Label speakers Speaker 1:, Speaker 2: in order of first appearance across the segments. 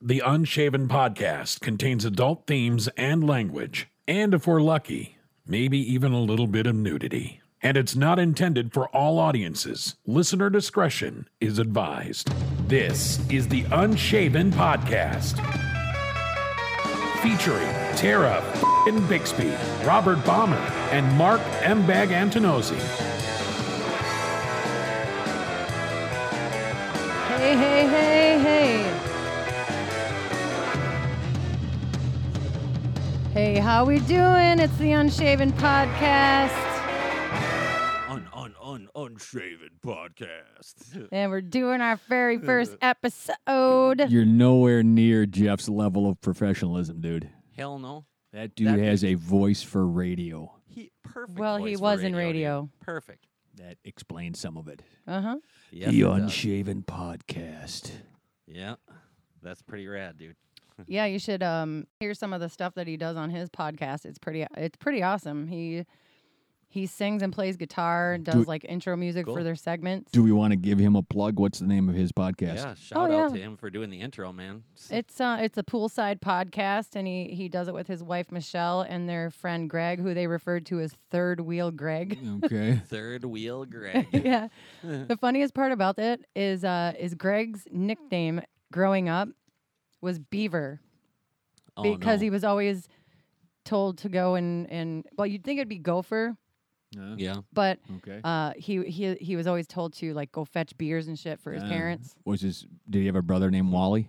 Speaker 1: The Unshaven podcast contains adult themes and language, and if we're lucky, maybe even a little bit of nudity. And it's not intended for all audiences. Listener discretion is advised. This is the Unshaven podcast featuring Tara f***ing Bixby, Robert Bomber, and Mark M. Bag Antonozzi.
Speaker 2: Hey, hey, hey, hey. Hey, how we doing? It's the Unshaven Podcast,
Speaker 3: un un un unshaven podcast.
Speaker 2: and we're doing our very first episode.
Speaker 4: You're nowhere near Jeff's level of professionalism, dude.
Speaker 3: Hell no.
Speaker 4: That dude
Speaker 3: That-
Speaker 4: has a voice for radio.
Speaker 3: He perfect.
Speaker 2: Well, he
Speaker 3: voice for
Speaker 2: was in
Speaker 3: dude.
Speaker 2: radio.
Speaker 3: Perfect.
Speaker 4: That explains some of it.
Speaker 2: Uh huh.
Speaker 3: Yes,
Speaker 4: the
Speaker 3: it does.
Speaker 4: Unshaven Podcast.
Speaker 3: Yeah, that's pretty rad, dude.
Speaker 2: Yeah, you should um hear some of the stuff that he does on his podcast. It's pretty. It's pretty awesome. He he sings and plays guitar and does like intro music for
Speaker 3: Cool.
Speaker 2: their segments.
Speaker 4: Do we want to give him a plug? What's the name of his podcast?
Speaker 3: Yeah, shout out
Speaker 2: Oh, yeah.
Speaker 3: to him for doing the intro, man. S-
Speaker 2: It's uh, it's a poolside podcast, and he he does it with his wife Michelle and their friend Greg, who they referred to as Third Wheel Greg.
Speaker 4: Okay.
Speaker 3: Third wheel, Greg.
Speaker 2: yeah. The funniest part about that is uh is Greg's nickname growing up was Beaver
Speaker 3: Oh,
Speaker 2: because
Speaker 3: no.
Speaker 2: he was always told to go and and well you'd think it'd be gopher,
Speaker 4: Uh,
Speaker 3: Yeah.
Speaker 2: but
Speaker 4: Okay.
Speaker 2: uh he he he was always told to like go fetch beers and shit for his
Speaker 4: Uh,
Speaker 2: parents.
Speaker 4: Was his? Did he have a brother named Wally?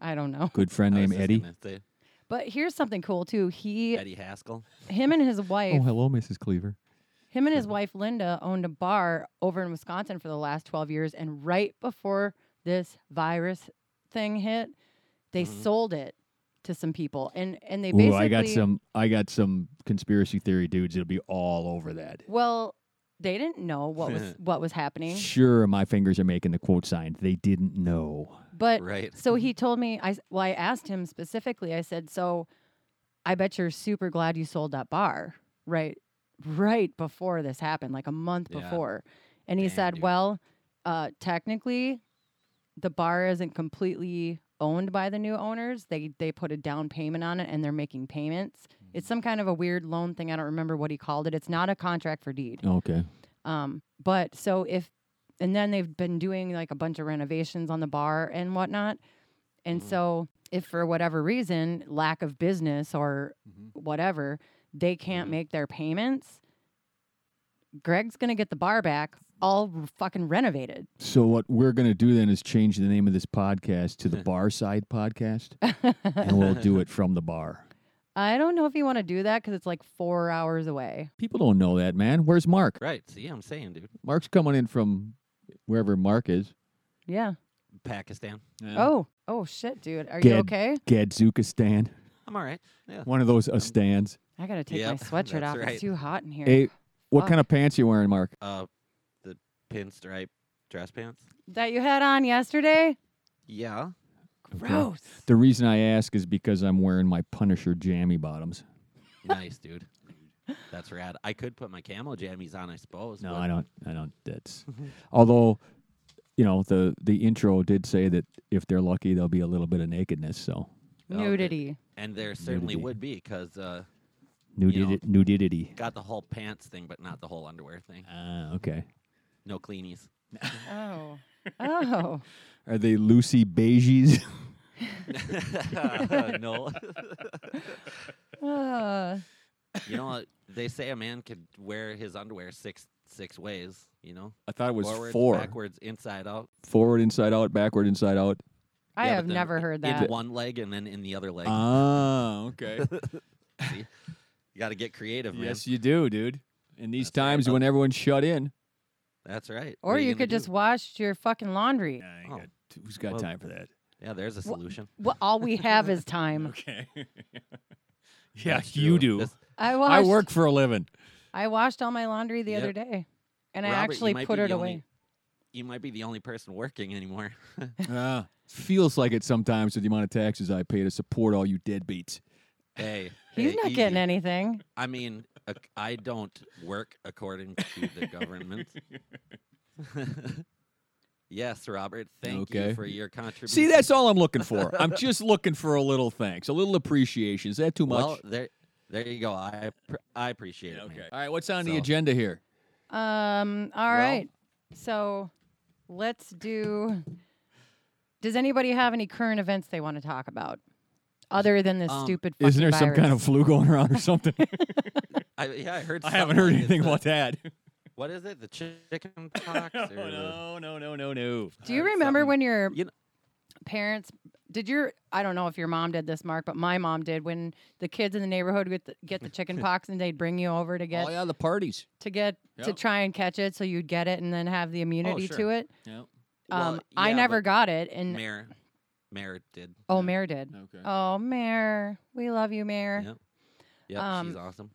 Speaker 2: I don't know.
Speaker 4: Good friend
Speaker 3: I was
Speaker 4: named
Speaker 3: just
Speaker 4: Eddie.
Speaker 3: gonna say
Speaker 2: But here's something cool too. He
Speaker 3: Eddie Haskell.
Speaker 2: him and his
Speaker 4: Oh,
Speaker 2: wife
Speaker 4: hello, Mrs. Cleaver.
Speaker 2: Him and his
Speaker 4: Mm-hmm.
Speaker 2: wife Linda owned a bar over in Wisconsin for the last 12 years. And right before this virus thing hit, they sold it to some people. And and they basically
Speaker 4: Mm-hmm. Ooh, I got some. I got some conspiracy theory dudes. It'll be all over that.
Speaker 2: Well, they didn't know what was what was happening.
Speaker 4: Sure, my fingers are making the quote sign. They didn't know.
Speaker 2: But
Speaker 3: Right.
Speaker 2: so he told me I s- well, I asked him specifically, I said, So I bet you're super glad you sold that bar, right? Right before this happened, like a month
Speaker 3: Yeah.
Speaker 2: before. And he
Speaker 3: Damn,
Speaker 2: said,
Speaker 3: dude.
Speaker 2: Well, uh, technically the bar isn't completely owned by the new owners. They they put a down payment on it and they're making payments. It's
Speaker 3: Mm.
Speaker 2: some kind of a weird loan thing. I don't remember what he called it. It's not a contract for deed.
Speaker 4: Okay.
Speaker 2: Um, but so if, and then they've been doing like a bunch of renovations on the bar and whatnot. And
Speaker 3: Mm-hmm.
Speaker 2: so if for whatever reason, lack of business or
Speaker 3: Mm-hmm.
Speaker 2: whatever, they can't
Speaker 3: Mhm.
Speaker 2: make their payments, Greg's going to get the bar back all r- fucking renovated.
Speaker 4: So what we're going to do then is change the name of this podcast to the Bar Side Podcast, and we'll do it from the bar.
Speaker 2: I don't know if you want to do that because it's like four hours away.
Speaker 4: People don't know that, man. Where's Mark?
Speaker 3: Right. See, I'm saying, dude.
Speaker 4: Mark's coming in from wherever Mark is.
Speaker 2: Yeah.
Speaker 3: Pakistan.
Speaker 2: Oh, oh shit, dude. Are you
Speaker 4: Good.
Speaker 2: okay?
Speaker 4: Gadzukistan,
Speaker 3: I'm all right. Yeah.
Speaker 4: one of those Astans.
Speaker 2: I got to take
Speaker 3: Yep,
Speaker 2: my sweatshirt
Speaker 3: that's
Speaker 2: off.
Speaker 3: right.
Speaker 2: It's too hot in here. Oh.
Speaker 4: Hey, what
Speaker 2: Fuck.
Speaker 4: kind of pants you wearing, Mark?
Speaker 3: Uh, the pinstripe dress pants.
Speaker 2: That you had on yesterday?
Speaker 3: Yeah.
Speaker 2: Gross.
Speaker 3: Oh,
Speaker 4: The reason I ask is because I'm wearing my Punisher jammy bottoms.
Speaker 3: nice, dude. That's rad. I could put my camo jammies on, I suppose.
Speaker 4: No,
Speaker 3: but-
Speaker 4: I don't. I don't. That's although, you know, the the intro did say that if they're lucky, there'll be a little bit of nakedness. So
Speaker 3: Oh, good.
Speaker 2: Nudity.
Speaker 3: And there certainly
Speaker 4: Nudity.
Speaker 3: would be because uh, You know.
Speaker 4: nudity, nudity.
Speaker 3: got the whole pants thing, but not the whole underwear thing.
Speaker 4: Ah, okay.
Speaker 3: No cleanies.
Speaker 2: Oh. Oh.
Speaker 4: Are they Lucy Beiges?
Speaker 3: no.
Speaker 2: Uh,
Speaker 3: you know what? They say a man could wear his underwear six six ways. You know,
Speaker 4: I thought it was
Speaker 3: forwards,
Speaker 4: four.
Speaker 3: backwards, inside out.
Speaker 4: Forward, inside out, backward, inside out.
Speaker 2: I
Speaker 3: Yeah, but
Speaker 2: have
Speaker 3: then
Speaker 2: never heard
Speaker 3: In
Speaker 2: that.
Speaker 3: one leg and then in the other leg.
Speaker 4: Ah, okay.
Speaker 3: See? You got to get creative, man.
Speaker 4: yes, you do, dude. In these
Speaker 3: That's right,
Speaker 4: times
Speaker 3: bud.
Speaker 4: when everyone's shut in,
Speaker 3: That's right. What
Speaker 2: Or
Speaker 3: are
Speaker 2: you
Speaker 3: gonna
Speaker 2: could just
Speaker 3: do?
Speaker 2: wash your fucking laundry.
Speaker 3: Oh. got-
Speaker 4: who's got
Speaker 3: Well-
Speaker 4: time for that?
Speaker 3: Yeah, there's a solution.
Speaker 2: Well, all we have is time.
Speaker 4: Okay. yeah,
Speaker 3: That's
Speaker 4: you
Speaker 3: true.
Speaker 4: do.
Speaker 3: This-
Speaker 2: I washed.
Speaker 4: I work for a living.
Speaker 2: I washed all my laundry the
Speaker 3: Yep.
Speaker 2: other day, and I
Speaker 3: Robert, you
Speaker 2: actually
Speaker 3: might
Speaker 2: put
Speaker 3: be
Speaker 2: it
Speaker 3: the
Speaker 2: away.
Speaker 3: only- you might be the only person working anymore.
Speaker 4: Ah, feels like it sometimes with the amount of taxes I pay to support all you deadbeats.
Speaker 3: hey,
Speaker 2: He's
Speaker 3: hey,
Speaker 2: not
Speaker 3: easy.
Speaker 2: getting anything.
Speaker 3: I mean, ac- I don't work according to the government. Yes, Robert. Thank
Speaker 4: Okay.
Speaker 3: you for your contribution.
Speaker 4: See, that's all I'm looking for. I'm just looking for a little thanks, a little appreciation. Is that too much?
Speaker 3: well. There, there you go. I, pr- I appreciate it.
Speaker 4: okay.
Speaker 3: man.
Speaker 4: All right, what's on the
Speaker 3: So-
Speaker 4: agenda here?
Speaker 2: Um. All right. So, let's do. Does anybody have any current events they want to talk about, other than this
Speaker 3: Um,
Speaker 2: stupid?
Speaker 4: Isn't there
Speaker 2: fucking
Speaker 4: some kind
Speaker 2: virus?
Speaker 4: of flu going around or something?
Speaker 3: I, yeah, I heard.
Speaker 4: I haven't heard
Speaker 3: something. It's
Speaker 4: anything
Speaker 3: the-
Speaker 4: about that.
Speaker 3: What is it? The chicken pox? Or the-
Speaker 4: no, no, no, no.
Speaker 2: Do you
Speaker 3: heard
Speaker 2: remember
Speaker 3: something.
Speaker 2: when your
Speaker 3: You kn-
Speaker 2: parents did your? I don't know if your mom did this, Mark, but my mom did. When the kids in the neighborhood get the, get the chicken pox, and they'd bring you over to get
Speaker 4: Oh yeah, the parties.
Speaker 2: to get to
Speaker 4: Yeah.
Speaker 2: try and catch it, so you'd get it and then have the immunity to
Speaker 4: sure.
Speaker 2: it.
Speaker 4: Yeah.
Speaker 2: Um,
Speaker 3: Oh, Well,
Speaker 2: I
Speaker 3: yeah,
Speaker 2: never
Speaker 3: but
Speaker 2: got it, and
Speaker 3: Mayor, mayor did.
Speaker 2: oh, Mare did.
Speaker 4: Okay.
Speaker 2: Oh, Mare, we love you, Mare.
Speaker 3: Yeah. Yep,
Speaker 2: Um,
Speaker 3: she's awesome.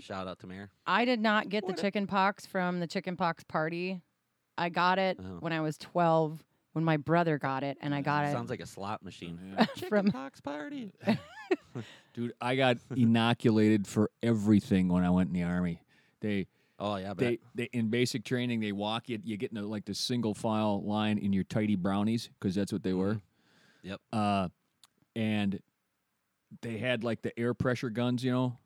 Speaker 3: Shout out to Mayor.
Speaker 2: I did not get
Speaker 3: What
Speaker 2: the
Speaker 3: a-
Speaker 2: chicken pox from the chicken pox party. I got it
Speaker 3: Oh.
Speaker 2: when I was 12 when my brother got it and I got it.
Speaker 3: Sounds like a slot machine.
Speaker 4: Yeah.
Speaker 2: From-
Speaker 3: Chicken pox party.
Speaker 4: Dude, I got inoculated for everything when I went in the army. They
Speaker 3: Oh yeah, but
Speaker 4: they, they in basic training they walk you you get in a, like the single file line in your tidy brownies because that's what they were.
Speaker 3: Mm-hmm. Yep.
Speaker 4: Uh, and they had like the air pressure guns, you know.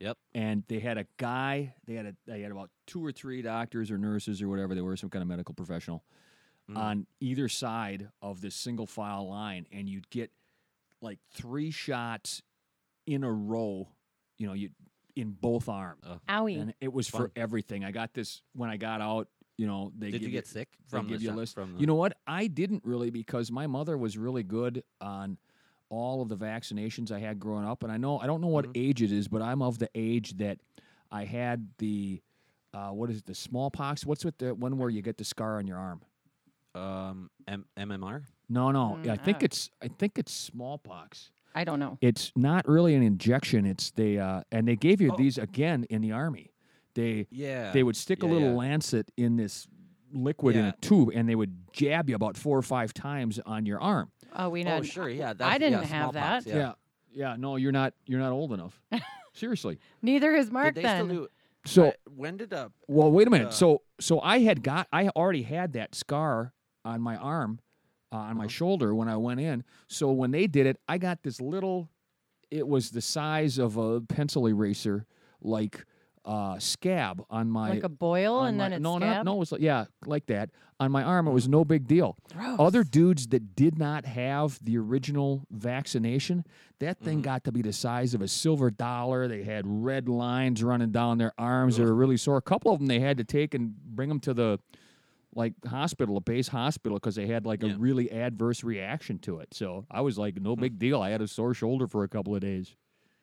Speaker 3: Yep.
Speaker 4: And they had a guy. They had a they had about two or three doctors or nurses or whatever they were, some kind of medical professional,
Speaker 3: Mm.
Speaker 4: on either side of this single file line, and you'd get like three shots in a row. You know, you in both arms.
Speaker 2: Owie.
Speaker 4: And it was for
Speaker 3: Fun.
Speaker 4: everything. I got this when I got out. You know, they
Speaker 3: did
Speaker 4: give
Speaker 3: you get sick
Speaker 4: they
Speaker 3: from
Speaker 4: give
Speaker 3: the
Speaker 4: you a
Speaker 3: shot-
Speaker 4: list.
Speaker 3: From the,
Speaker 4: You know what? I didn't really because my mother was really good on all of the vaccinations I had growing up, and I know I don't know what
Speaker 3: Mhm.
Speaker 4: age it is, but I'm of the age that I had the uh, what is it, the smallpox? What's with the one where you get the scar on your arm?
Speaker 3: um M- MMR.
Speaker 4: No, no,
Speaker 2: Mm,
Speaker 4: I
Speaker 2: I
Speaker 4: think
Speaker 2: don't-
Speaker 4: it's I think it's smallpox.
Speaker 2: I don't know.
Speaker 4: It's not really an injection. It's they uh, and they gave you
Speaker 3: Oh.
Speaker 4: these again in the army. They
Speaker 3: Yeah.
Speaker 4: they would stick a
Speaker 3: yeah,
Speaker 4: little
Speaker 3: yeah.
Speaker 4: lancet in this liquid in
Speaker 3: Yeah.
Speaker 4: a tube and they would jab you about four or five times on your arm
Speaker 2: Oh, we know.
Speaker 3: oh sure, yeah. That's,
Speaker 2: didn't
Speaker 3: yeah,
Speaker 2: have
Speaker 3: smallpox,
Speaker 2: that.
Speaker 3: Yeah.
Speaker 4: yeah, Yeah, no you're not you're not old enough seriously
Speaker 2: Neither is
Speaker 3: Did
Speaker 2: Mark
Speaker 3: they
Speaker 2: then.
Speaker 3: still do?
Speaker 4: so
Speaker 3: I- when did uh
Speaker 4: well wait a minute
Speaker 3: uh,
Speaker 4: so so i had got i already had that scar on my arm uh, on my
Speaker 3: Uh-huh.
Speaker 4: shoulder when i went in so when they did it i got this little it was the size of a pencil eraser like uh scab on my
Speaker 2: like a boil
Speaker 4: on
Speaker 2: and
Speaker 4: my-
Speaker 2: then it's
Speaker 4: no
Speaker 2: scab?
Speaker 4: not no it was like, yeah like that on my arm it
Speaker 3: Mm.
Speaker 4: was no big deal
Speaker 2: Gross.
Speaker 4: other dudes that did not have the original vaccination, that thing
Speaker 3: Mhm.
Speaker 4: got to be the size of a silver dollar. They had red lines running down their arms. They were really sore. A couple of them they had to take and bring them to the like hospital, a base hospital, because they had like a
Speaker 3: Yeah.
Speaker 4: really adverse reaction to it. So I was like, no big deal. I had a sore shoulder for a couple of days.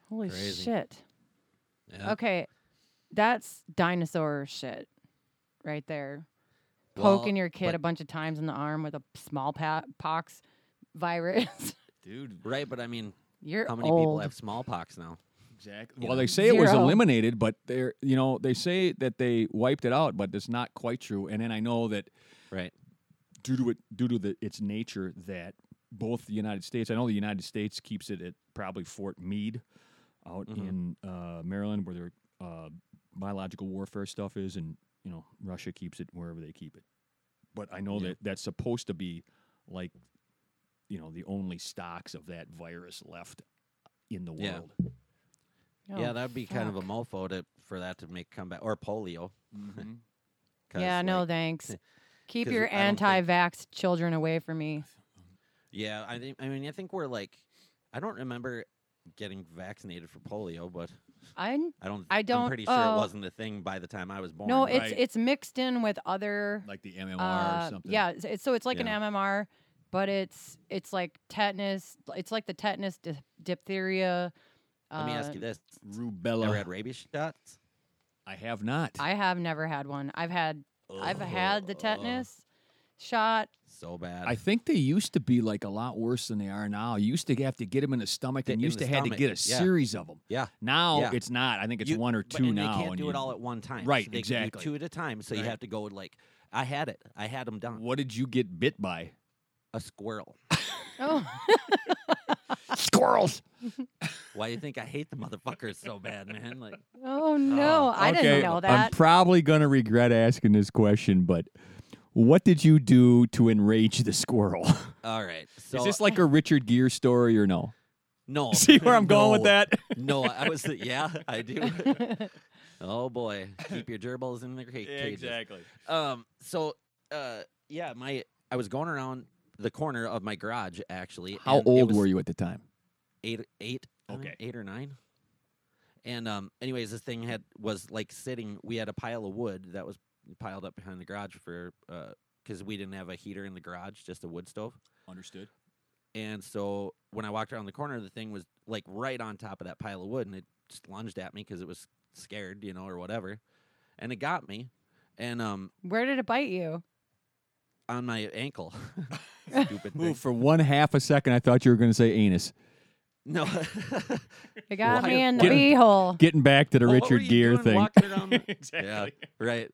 Speaker 2: Holy
Speaker 3: Crazy.
Speaker 2: shit.
Speaker 3: yeah.
Speaker 2: Okay. That's dinosaur shit right there. Poking
Speaker 3: Well,
Speaker 2: your kid
Speaker 3: but-
Speaker 2: a bunch of times in the arm with a small pa- pox virus.
Speaker 4: Dude,
Speaker 3: Right, but I mean,
Speaker 2: You're
Speaker 3: how many
Speaker 2: old.
Speaker 3: people have smallpox now?
Speaker 4: exactly.
Speaker 3: You
Speaker 4: Well,
Speaker 3: know.
Speaker 4: they say it was
Speaker 2: Zero.
Speaker 4: eliminated, but they're you know they say that they wiped it out, but it's not quite true. And then I know that
Speaker 3: Right.
Speaker 4: due to it due to the, its nature that both the United States, I know the United States keeps it at probably Fort Meade out
Speaker 3: Mhm.
Speaker 4: in uh, Maryland where their uh, biological warfare stuff is, and you know Russia keeps it wherever they keep it. But I know
Speaker 3: Yeah.
Speaker 4: that that's supposed to be like you know the only stocks of that virus left in the
Speaker 3: Yeah.
Speaker 4: world.
Speaker 2: Oh,
Speaker 3: yeah, that'd be kind of a
Speaker 2: fuck.
Speaker 3: mofo to for that to make comeback or polio. Mm-hmm. 'cause,
Speaker 2: Yeah, no
Speaker 3: like,
Speaker 2: thanks. Keep
Speaker 3: 'cause
Speaker 2: your
Speaker 3: I don't think-
Speaker 2: anti-vax children away from me.
Speaker 3: Yeah, I think. I mean, I think we're like, I don't remember getting vaccinated for polio, but
Speaker 2: I
Speaker 3: I don't.
Speaker 2: I
Speaker 3: I'm
Speaker 2: don't-
Speaker 3: pretty sure
Speaker 2: oh.
Speaker 3: it wasn't a thing by the time I was born.
Speaker 2: no,
Speaker 3: but-
Speaker 2: it's
Speaker 4: Right.
Speaker 2: it's mixed in with other
Speaker 4: Like the MMR
Speaker 2: uh,
Speaker 4: or something.
Speaker 2: yeah. It's, it's- so it's like
Speaker 3: Yeah.
Speaker 2: an MMR, but it's it's like tetanus. It's like the tetanus, di- diphtheria. Uh,
Speaker 3: Let me ask you this: Ever
Speaker 4: Rubella.
Speaker 3: had rabies shots?
Speaker 4: I have not.
Speaker 2: I have never had one. I've had I've had the
Speaker 3: Ugh,
Speaker 2: tetanus shot.
Speaker 3: Oh, So bad.
Speaker 4: I think they used to be like a lot worse than they are now. You used to have to get them in the stomach
Speaker 3: Th-
Speaker 4: and
Speaker 3: in
Speaker 4: used
Speaker 3: the
Speaker 4: to had to
Speaker 3: stomach,
Speaker 4: get a
Speaker 3: yeah.
Speaker 4: series of them.
Speaker 3: yeah,
Speaker 4: Now
Speaker 3: Yeah.
Speaker 4: it's not. I think it's
Speaker 3: You-
Speaker 4: one or
Speaker 3: but-
Speaker 4: two
Speaker 3: and
Speaker 4: now.
Speaker 3: They can't
Speaker 4: and
Speaker 3: do it
Speaker 4: you-
Speaker 3: all at one time.
Speaker 4: Right,
Speaker 3: so they
Speaker 4: exactly.
Speaker 3: Can do two at a time, so
Speaker 4: Right.
Speaker 3: you have to go like. I had it. I had them done.
Speaker 4: What did you get bit by?
Speaker 3: A squirrel.
Speaker 2: Oh,
Speaker 4: Squirrels.
Speaker 3: Why do you think I hate the motherfuckers so bad, man? Like,
Speaker 2: oh no! I didn't know
Speaker 4: I'm
Speaker 2: that.
Speaker 4: probably gonna regret asking this question, but What did you do to enrage the squirrel?
Speaker 3: All right. So
Speaker 4: Is this like a Richard Gere story or no?
Speaker 3: no?
Speaker 4: See where I'm going with
Speaker 3: no,
Speaker 4: that?
Speaker 3: No, I was. Yeah, I do. oh boy, keep your gerbils in their ca- cages. Um. So, uh, yeah, my I was going around the corner of my garage actually.
Speaker 4: How old were you at the time?
Speaker 3: Eight, eight, uh,
Speaker 4: Okay.
Speaker 3: eight or nine. And um, anyways, this thing had was like sitting. We had a pile of wood that was piled up behind the garage for because we didn't have a heater in the garage, just a wood stove.
Speaker 4: Understood.
Speaker 3: And so when I walked around the corner, the thing was like right on top of that pile of wood, and it just lunged at me because it was scared, you know, or whatever. And it got me, and um,
Speaker 2: Where did it bite you?
Speaker 3: on my ankle. Stupid thing.
Speaker 4: for one half a second, I thought you were going to say anus.
Speaker 3: No.
Speaker 2: It got
Speaker 3: Why-
Speaker 2: me in the
Speaker 4: Get-
Speaker 2: beehole.
Speaker 4: Getting back to the
Speaker 3: Well, what were
Speaker 4: Richard
Speaker 3: you
Speaker 4: Gere
Speaker 3: doing
Speaker 4: thing.
Speaker 3: walking around the-
Speaker 4: exactly.
Speaker 3: Yeah, right.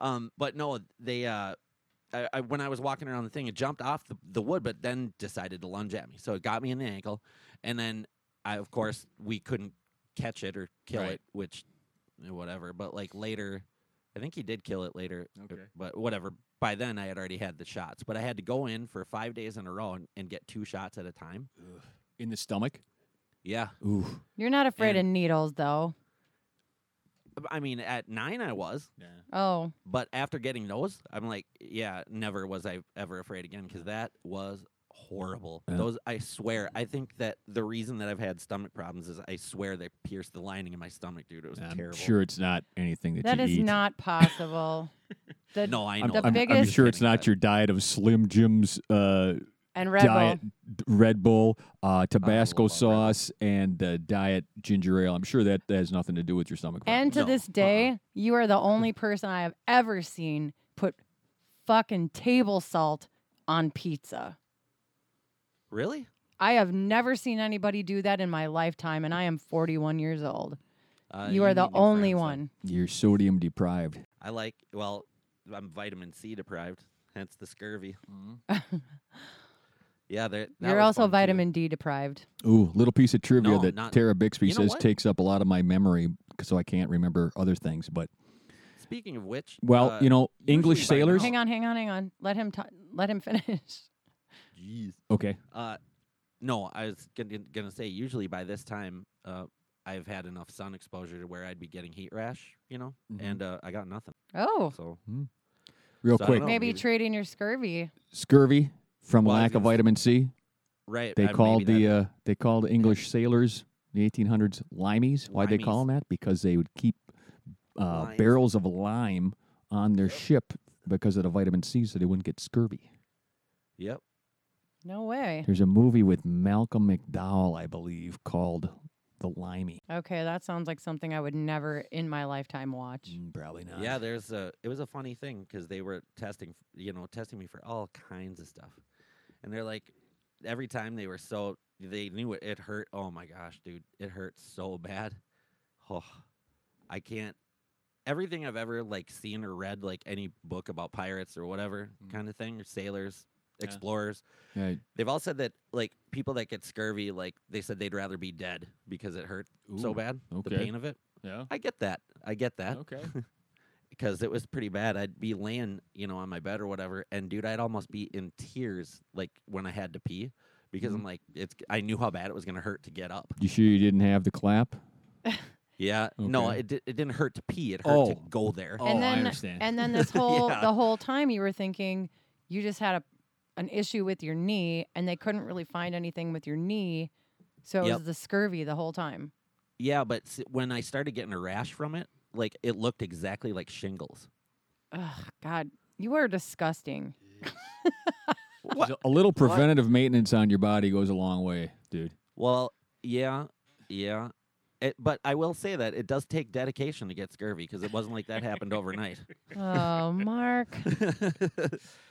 Speaker 3: Um, but no, they. Uh, I, I, when I was walking around the thing, it jumped off the, the wood, but then decided to lunge at me. So it got me in the ankle, and then I, of course, we couldn't catch it or kill
Speaker 4: Right.
Speaker 3: it, which, eh, whatever. But like later, I think he did kill it later. uh,
Speaker 4: Okay.
Speaker 3: But whatever. By then, I had already had the shots, but I had to go in for five days in a row and, and get two shots at a time.
Speaker 4: In the stomach.
Speaker 3: Yeah,
Speaker 4: Ooh.
Speaker 2: You're not afraid of
Speaker 3: And-
Speaker 2: needles, though.
Speaker 3: I mean, at nine I was,
Speaker 2: Oh,
Speaker 3: But after getting those, I'm like, yeah, never was I ever afraid again because that was horrible.
Speaker 4: Yeah.
Speaker 3: Those, I swear, I think that the reason that I've had stomach problems is I swear they pierced the lining in my stomach, dude. It was
Speaker 4: I'm
Speaker 3: terrible.
Speaker 4: sure it's not anything that,
Speaker 2: that
Speaker 4: you
Speaker 2: is
Speaker 4: eat.
Speaker 2: not possible. The-
Speaker 3: No, I
Speaker 4: I'm,
Speaker 3: know.
Speaker 2: the
Speaker 4: I'm- I'm
Speaker 2: biggest-
Speaker 4: sure it's
Speaker 3: kidding,
Speaker 4: not
Speaker 3: but-
Speaker 4: your diet of Slim Jim's uh,
Speaker 2: And Red
Speaker 4: diet d- Red Bull, uh, Tabasco
Speaker 3: Red Bull.
Speaker 4: sauce, and uh, diet ginger ale. I'm sure that has nothing to do with your stomach.
Speaker 2: Bull.
Speaker 4: problem.
Speaker 2: And to
Speaker 3: No,
Speaker 2: this
Speaker 3: uh-uh.
Speaker 2: day, you are the only person I have ever seen put fucking table salt on pizza.
Speaker 3: Really?
Speaker 2: I have never seen anybody do that in my lifetime, and I am 41 years old.
Speaker 3: Uh,
Speaker 2: you are the
Speaker 3: need new
Speaker 2: only
Speaker 3: friends,
Speaker 2: one.
Speaker 4: You're sodium deprived.
Speaker 3: then. I like. Well, I'm vitamin C deprived, hence the scurvy. Mm-hmm. Yeah, there. that
Speaker 2: You're
Speaker 3: was
Speaker 2: also
Speaker 3: fun, too.
Speaker 2: vitamin D deprived.
Speaker 4: Ooh, little piece of trivia
Speaker 3: No,
Speaker 4: that
Speaker 3: not-
Speaker 4: Tara Bixby
Speaker 3: You know
Speaker 4: says
Speaker 3: what?
Speaker 4: takes up a lot of my memory, 'cause- so I can't remember other things. But
Speaker 3: Speaking of which,
Speaker 4: well,
Speaker 3: uh,
Speaker 4: you know, English
Speaker 3: usually by
Speaker 4: sailors.
Speaker 3: now-
Speaker 2: Hang on, hang on, hang on. Let him t- let him finish.
Speaker 3: Jeez.
Speaker 4: Okay,
Speaker 3: Uh, no, I was gonna, gonna say usually by this time, uh, I've had enough sun exposure to where I'd be getting heat rash, you know,
Speaker 4: Mhm.
Speaker 3: and uh, I got nothing.
Speaker 2: Oh,
Speaker 3: So
Speaker 4: real
Speaker 3: So I don't
Speaker 4: quick,
Speaker 3: know.
Speaker 2: maybe
Speaker 3: maybe.
Speaker 2: treating your scurvy.
Speaker 4: scurvy from
Speaker 3: Well, I was
Speaker 4: lack of
Speaker 3: gonna say-
Speaker 4: vitamin C.
Speaker 3: right,
Speaker 4: They
Speaker 3: I-
Speaker 4: called
Speaker 3: maybe
Speaker 4: the
Speaker 3: that-
Speaker 4: uh, they called English sailors in the 1800s limeys. Why would they call
Speaker 3: Limeys.
Speaker 4: them that? Because they would keep uh,
Speaker 3: Limes.
Speaker 4: barrels of lime on their ship because of the vitamin C, so they wouldn't get scurvy.
Speaker 3: yep.
Speaker 2: No way.
Speaker 4: There's a movie with Malcolm McDowell, I believe, called The Limey.
Speaker 2: Okay, that sounds like something I would never in my lifetime watch.
Speaker 4: Mm, Probably not.
Speaker 3: Yeah, there's a. It was a funny thing because they were testing, f- you know, testing me for all kinds of stuff, and they're like, every time they were so they knew it. It hurt. Oh my gosh, dude, it hurt so bad. Oh, I can't. Everything I've ever like seen or read, like any book about pirates or whatever
Speaker 4: Mm.
Speaker 3: kind of thing, or sailors,
Speaker 4: Yeah.
Speaker 3: explorers,
Speaker 4: Yeah,
Speaker 3: they've all said that like people that get scurvy, like they said they'd rather be dead because it hurt so
Speaker 4: Ooh,
Speaker 3: bad, the
Speaker 4: okay.
Speaker 3: pain of it.
Speaker 4: Yeah.
Speaker 3: I get that. I get that
Speaker 4: Okay.
Speaker 3: because it was pretty bad. I'd be laying, you know, on my bed or whatever, and dude, I'd almost be in tears, like when I had to pee, because
Speaker 4: Mm-hmm.
Speaker 3: I'm like, it's. I knew how bad it was gonna hurt to get up.
Speaker 4: You sure you didn't have the clap?
Speaker 3: Yeah, no,
Speaker 4: Okay.
Speaker 3: it di- it didn't hurt to pee. It hurt to
Speaker 4: Oh.
Speaker 3: go there.
Speaker 4: Oh, I
Speaker 2: and then
Speaker 4: understand.
Speaker 2: and then this whole
Speaker 3: Yeah.
Speaker 2: the whole time you were thinking you just had a an issue with your knee and they couldn't really find anything with your knee. So it
Speaker 3: Yep.
Speaker 2: was the scurvy the whole time.
Speaker 3: Yeah, but s- when I started getting a rash from it, like it looked exactly like shingles.
Speaker 2: Ugh, God, you are disgusting.
Speaker 3: What?
Speaker 4: A little preventative maintenance on your body goes a long way, dude.
Speaker 3: Well, yeah, yeah. It, but I will say that it does take dedication to get scurvy because it wasn't like that happened overnight.
Speaker 2: Oh, Mark.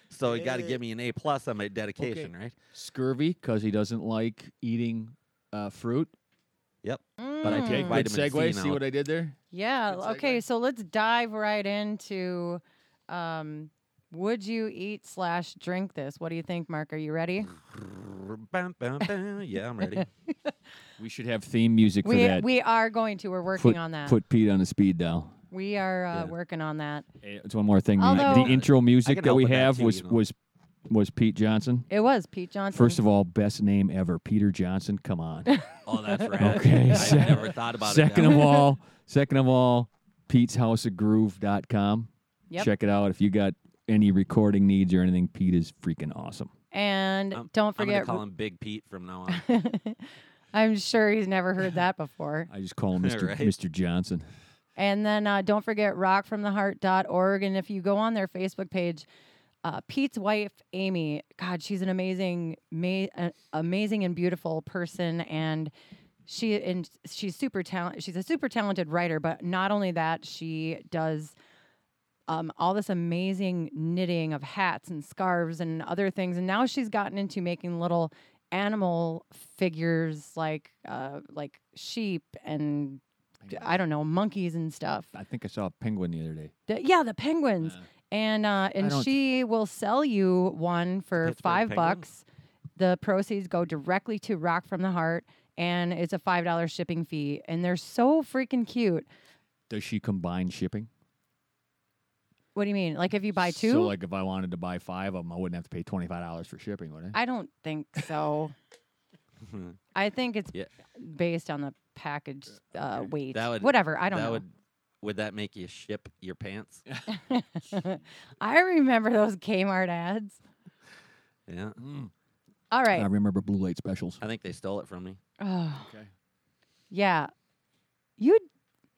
Speaker 3: so you got to give me an A plus on my dedication, right?
Speaker 4: Scurvy because he doesn't like eating uh, fruit.
Speaker 3: But I take
Speaker 2: Mm.
Speaker 3: vitamin C now.
Speaker 4: I did there?
Speaker 2: Yeah.
Speaker 4: Good
Speaker 2: l- Okay. So let's dive right into um, would you eat slash drink this? What do you think, Mark? Are you ready?
Speaker 3: Bam, bam, bam. Yeah, I'm ready.
Speaker 4: We should have theme music for
Speaker 2: We
Speaker 4: that.
Speaker 2: we are going to. We're working
Speaker 4: put,
Speaker 2: on that.
Speaker 4: Put Pete on the speed dial. Eh,
Speaker 2: We are uh,
Speaker 3: Yeah.
Speaker 2: working on that.
Speaker 4: It's one more thing. The-
Speaker 2: Although-
Speaker 4: the intro music
Speaker 3: can
Speaker 4: that we
Speaker 3: help with that
Speaker 4: have
Speaker 3: too,
Speaker 4: was
Speaker 3: you know.
Speaker 4: was was Pete Johnson.
Speaker 2: It was Pete Johnson.
Speaker 4: First of all, best name ever, Peter Johnson. Come on.
Speaker 3: Oh, that's right.
Speaker 4: Okay,
Speaker 3: I
Speaker 4: se-
Speaker 3: never thought about
Speaker 4: second
Speaker 3: it. that
Speaker 4: of
Speaker 3: way.
Speaker 4: all, second of all, Pete's House of Groove.com.
Speaker 2: Yep.
Speaker 4: Check it out if you got any recording needs or anything. Pete is freaking awesome.
Speaker 2: and
Speaker 3: I'm-
Speaker 2: don't
Speaker 3: I'm gonna
Speaker 2: forget,
Speaker 3: call him Big Pete from now on.
Speaker 2: I'm sure he's never heard that before.
Speaker 4: I just call him Mr.
Speaker 3: Right.
Speaker 4: Mr. Johnson.
Speaker 2: And then uh, don't forget rockfromtheheart.org. And if you go on their Facebook page, uh, Pete's wife, Amy, God, she's an amazing, ma- uh, amazing and beautiful person. And she and she's super talented. She's a super talented writer. But not only that, she does um, all this amazing knitting of hats and scarves and other things. And now she's gotten into making little animal figures like uh, like sheep and I don't know monkeys and stuff.
Speaker 4: I think I saw a penguin the other day.
Speaker 2: The- yeah, the penguins. And uh, and
Speaker 4: don't-
Speaker 2: she will sell you one for
Speaker 3: Pittsburgh
Speaker 2: five
Speaker 3: Penguins?
Speaker 2: bucks. The proceeds go directly to Rock from the Heart, and it's a five dollar shipping fee. And they're so freaking cute.
Speaker 4: Does she combine shipping?
Speaker 2: What do you mean? Like if you buy two?
Speaker 4: So like if I wanted to buy five of them, I wouldn't have to pay twenty five dollars for shipping, would I?
Speaker 2: I don't think so. I think it's
Speaker 3: Yeah.
Speaker 2: based on the package uh, weight.
Speaker 3: That would-
Speaker 2: Whatever. I don't
Speaker 3: that
Speaker 2: know.
Speaker 3: would would that make you ship your pants?
Speaker 2: I remember those Kmart ads.
Speaker 3: yeah.
Speaker 2: All right.
Speaker 4: I remember blue light specials.
Speaker 3: I think they stole it from me.
Speaker 2: Oh.
Speaker 4: Okay.
Speaker 2: Yeah. You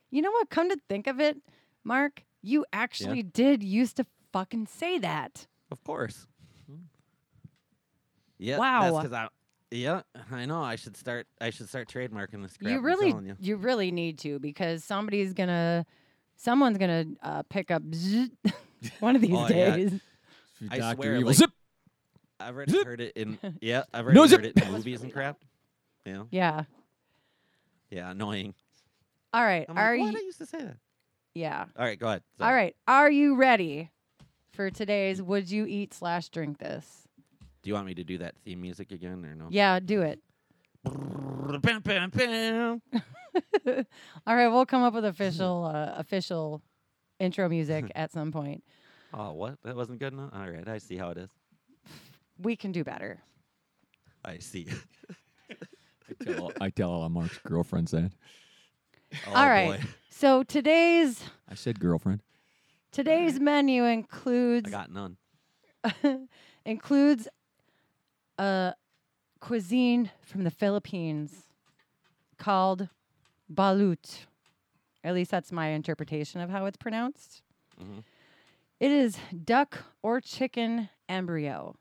Speaker 2: you know what? Come to think of it, Mark, you actually did used to fucking say that.
Speaker 3: Of course. Yeah.
Speaker 2: Wow.
Speaker 3: That's 'cause I, yeah, I know. I should start. I should start trademarking this. Crap,
Speaker 2: you
Speaker 3: I'm
Speaker 2: really
Speaker 3: telling you.
Speaker 2: really need to because somebody's gonna someone's gonna uh, pick up zzz one of these
Speaker 3: Oh, yeah.
Speaker 2: days.
Speaker 3: I
Speaker 4: Dr.
Speaker 3: swear,
Speaker 4: Evil.
Speaker 3: like-
Speaker 4: Zip!
Speaker 3: I've already
Speaker 4: Zip.
Speaker 3: heard it in. Yeah, I've already
Speaker 4: zip.
Speaker 3: heard it in movies and crap. Yeah.
Speaker 2: Yeah.
Speaker 3: Yeah. Annoying.
Speaker 2: All right.
Speaker 3: I'm
Speaker 2: Are
Speaker 3: like, "Why
Speaker 2: you
Speaker 3: did I used to say that.
Speaker 2: Yeah.
Speaker 3: All right. Go ahead.
Speaker 2: All
Speaker 3: Sorry.
Speaker 2: right. Are you ready for today's would you eat slash drink this?
Speaker 3: Do you want me to do that theme music again or no?
Speaker 2: Yeah, do it.
Speaker 3: Bam, bam, bam.
Speaker 2: All right, we'll come up with official uh, official intro music at some point.
Speaker 3: Oh, what? That wasn't good enough. All right. I see how it is.
Speaker 2: We can do better.
Speaker 3: I see.
Speaker 4: Tell- I tell all of Mark's girlfriends that.
Speaker 3: Oh,
Speaker 2: All right.
Speaker 3: boy.
Speaker 2: So today's
Speaker 4: I said girlfriend.
Speaker 2: today's menu
Speaker 3: I
Speaker 2: includes
Speaker 3: got none.
Speaker 2: includes a cuisine from the Philippines called balut. At least that's my interpretation of how it's pronounced.
Speaker 3: Mhm.
Speaker 2: It is duck or chicken embryo.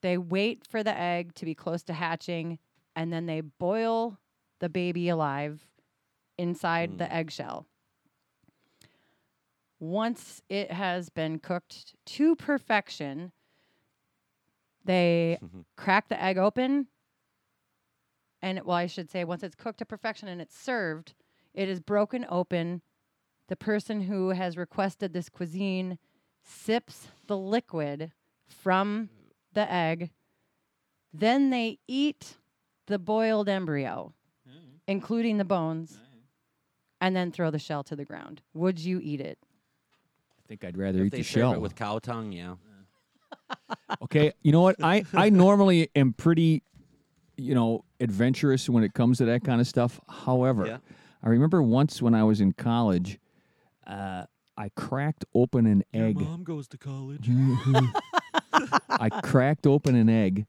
Speaker 2: They wait for the egg to be close to hatching and then they boil the baby alive inside the eggshell. Once it has been cooked to perfection, they
Speaker 3: Mm-hmm.
Speaker 2: crack the egg open and well i should say once it's cooked to perfection and it's served it is broken open the person who has requested this cuisine sips the liquid from the egg then they eat the boiled embryo
Speaker 3: Mm.
Speaker 2: including the bones and then throw the shell to the ground would you eat it
Speaker 4: I think I'd rather
Speaker 3: If
Speaker 4: eat
Speaker 3: they
Speaker 4: the
Speaker 3: serve
Speaker 4: shell.
Speaker 3: it with cow tongue, yeah.
Speaker 4: okay, you know what? I I normally am pretty, you know, adventurous when it comes to that kind of stuff. However,
Speaker 3: Yeah.
Speaker 4: I remember once when I was in college, uh, I cracked open an egg.
Speaker 3: goes to college.
Speaker 4: I cracked open an egg.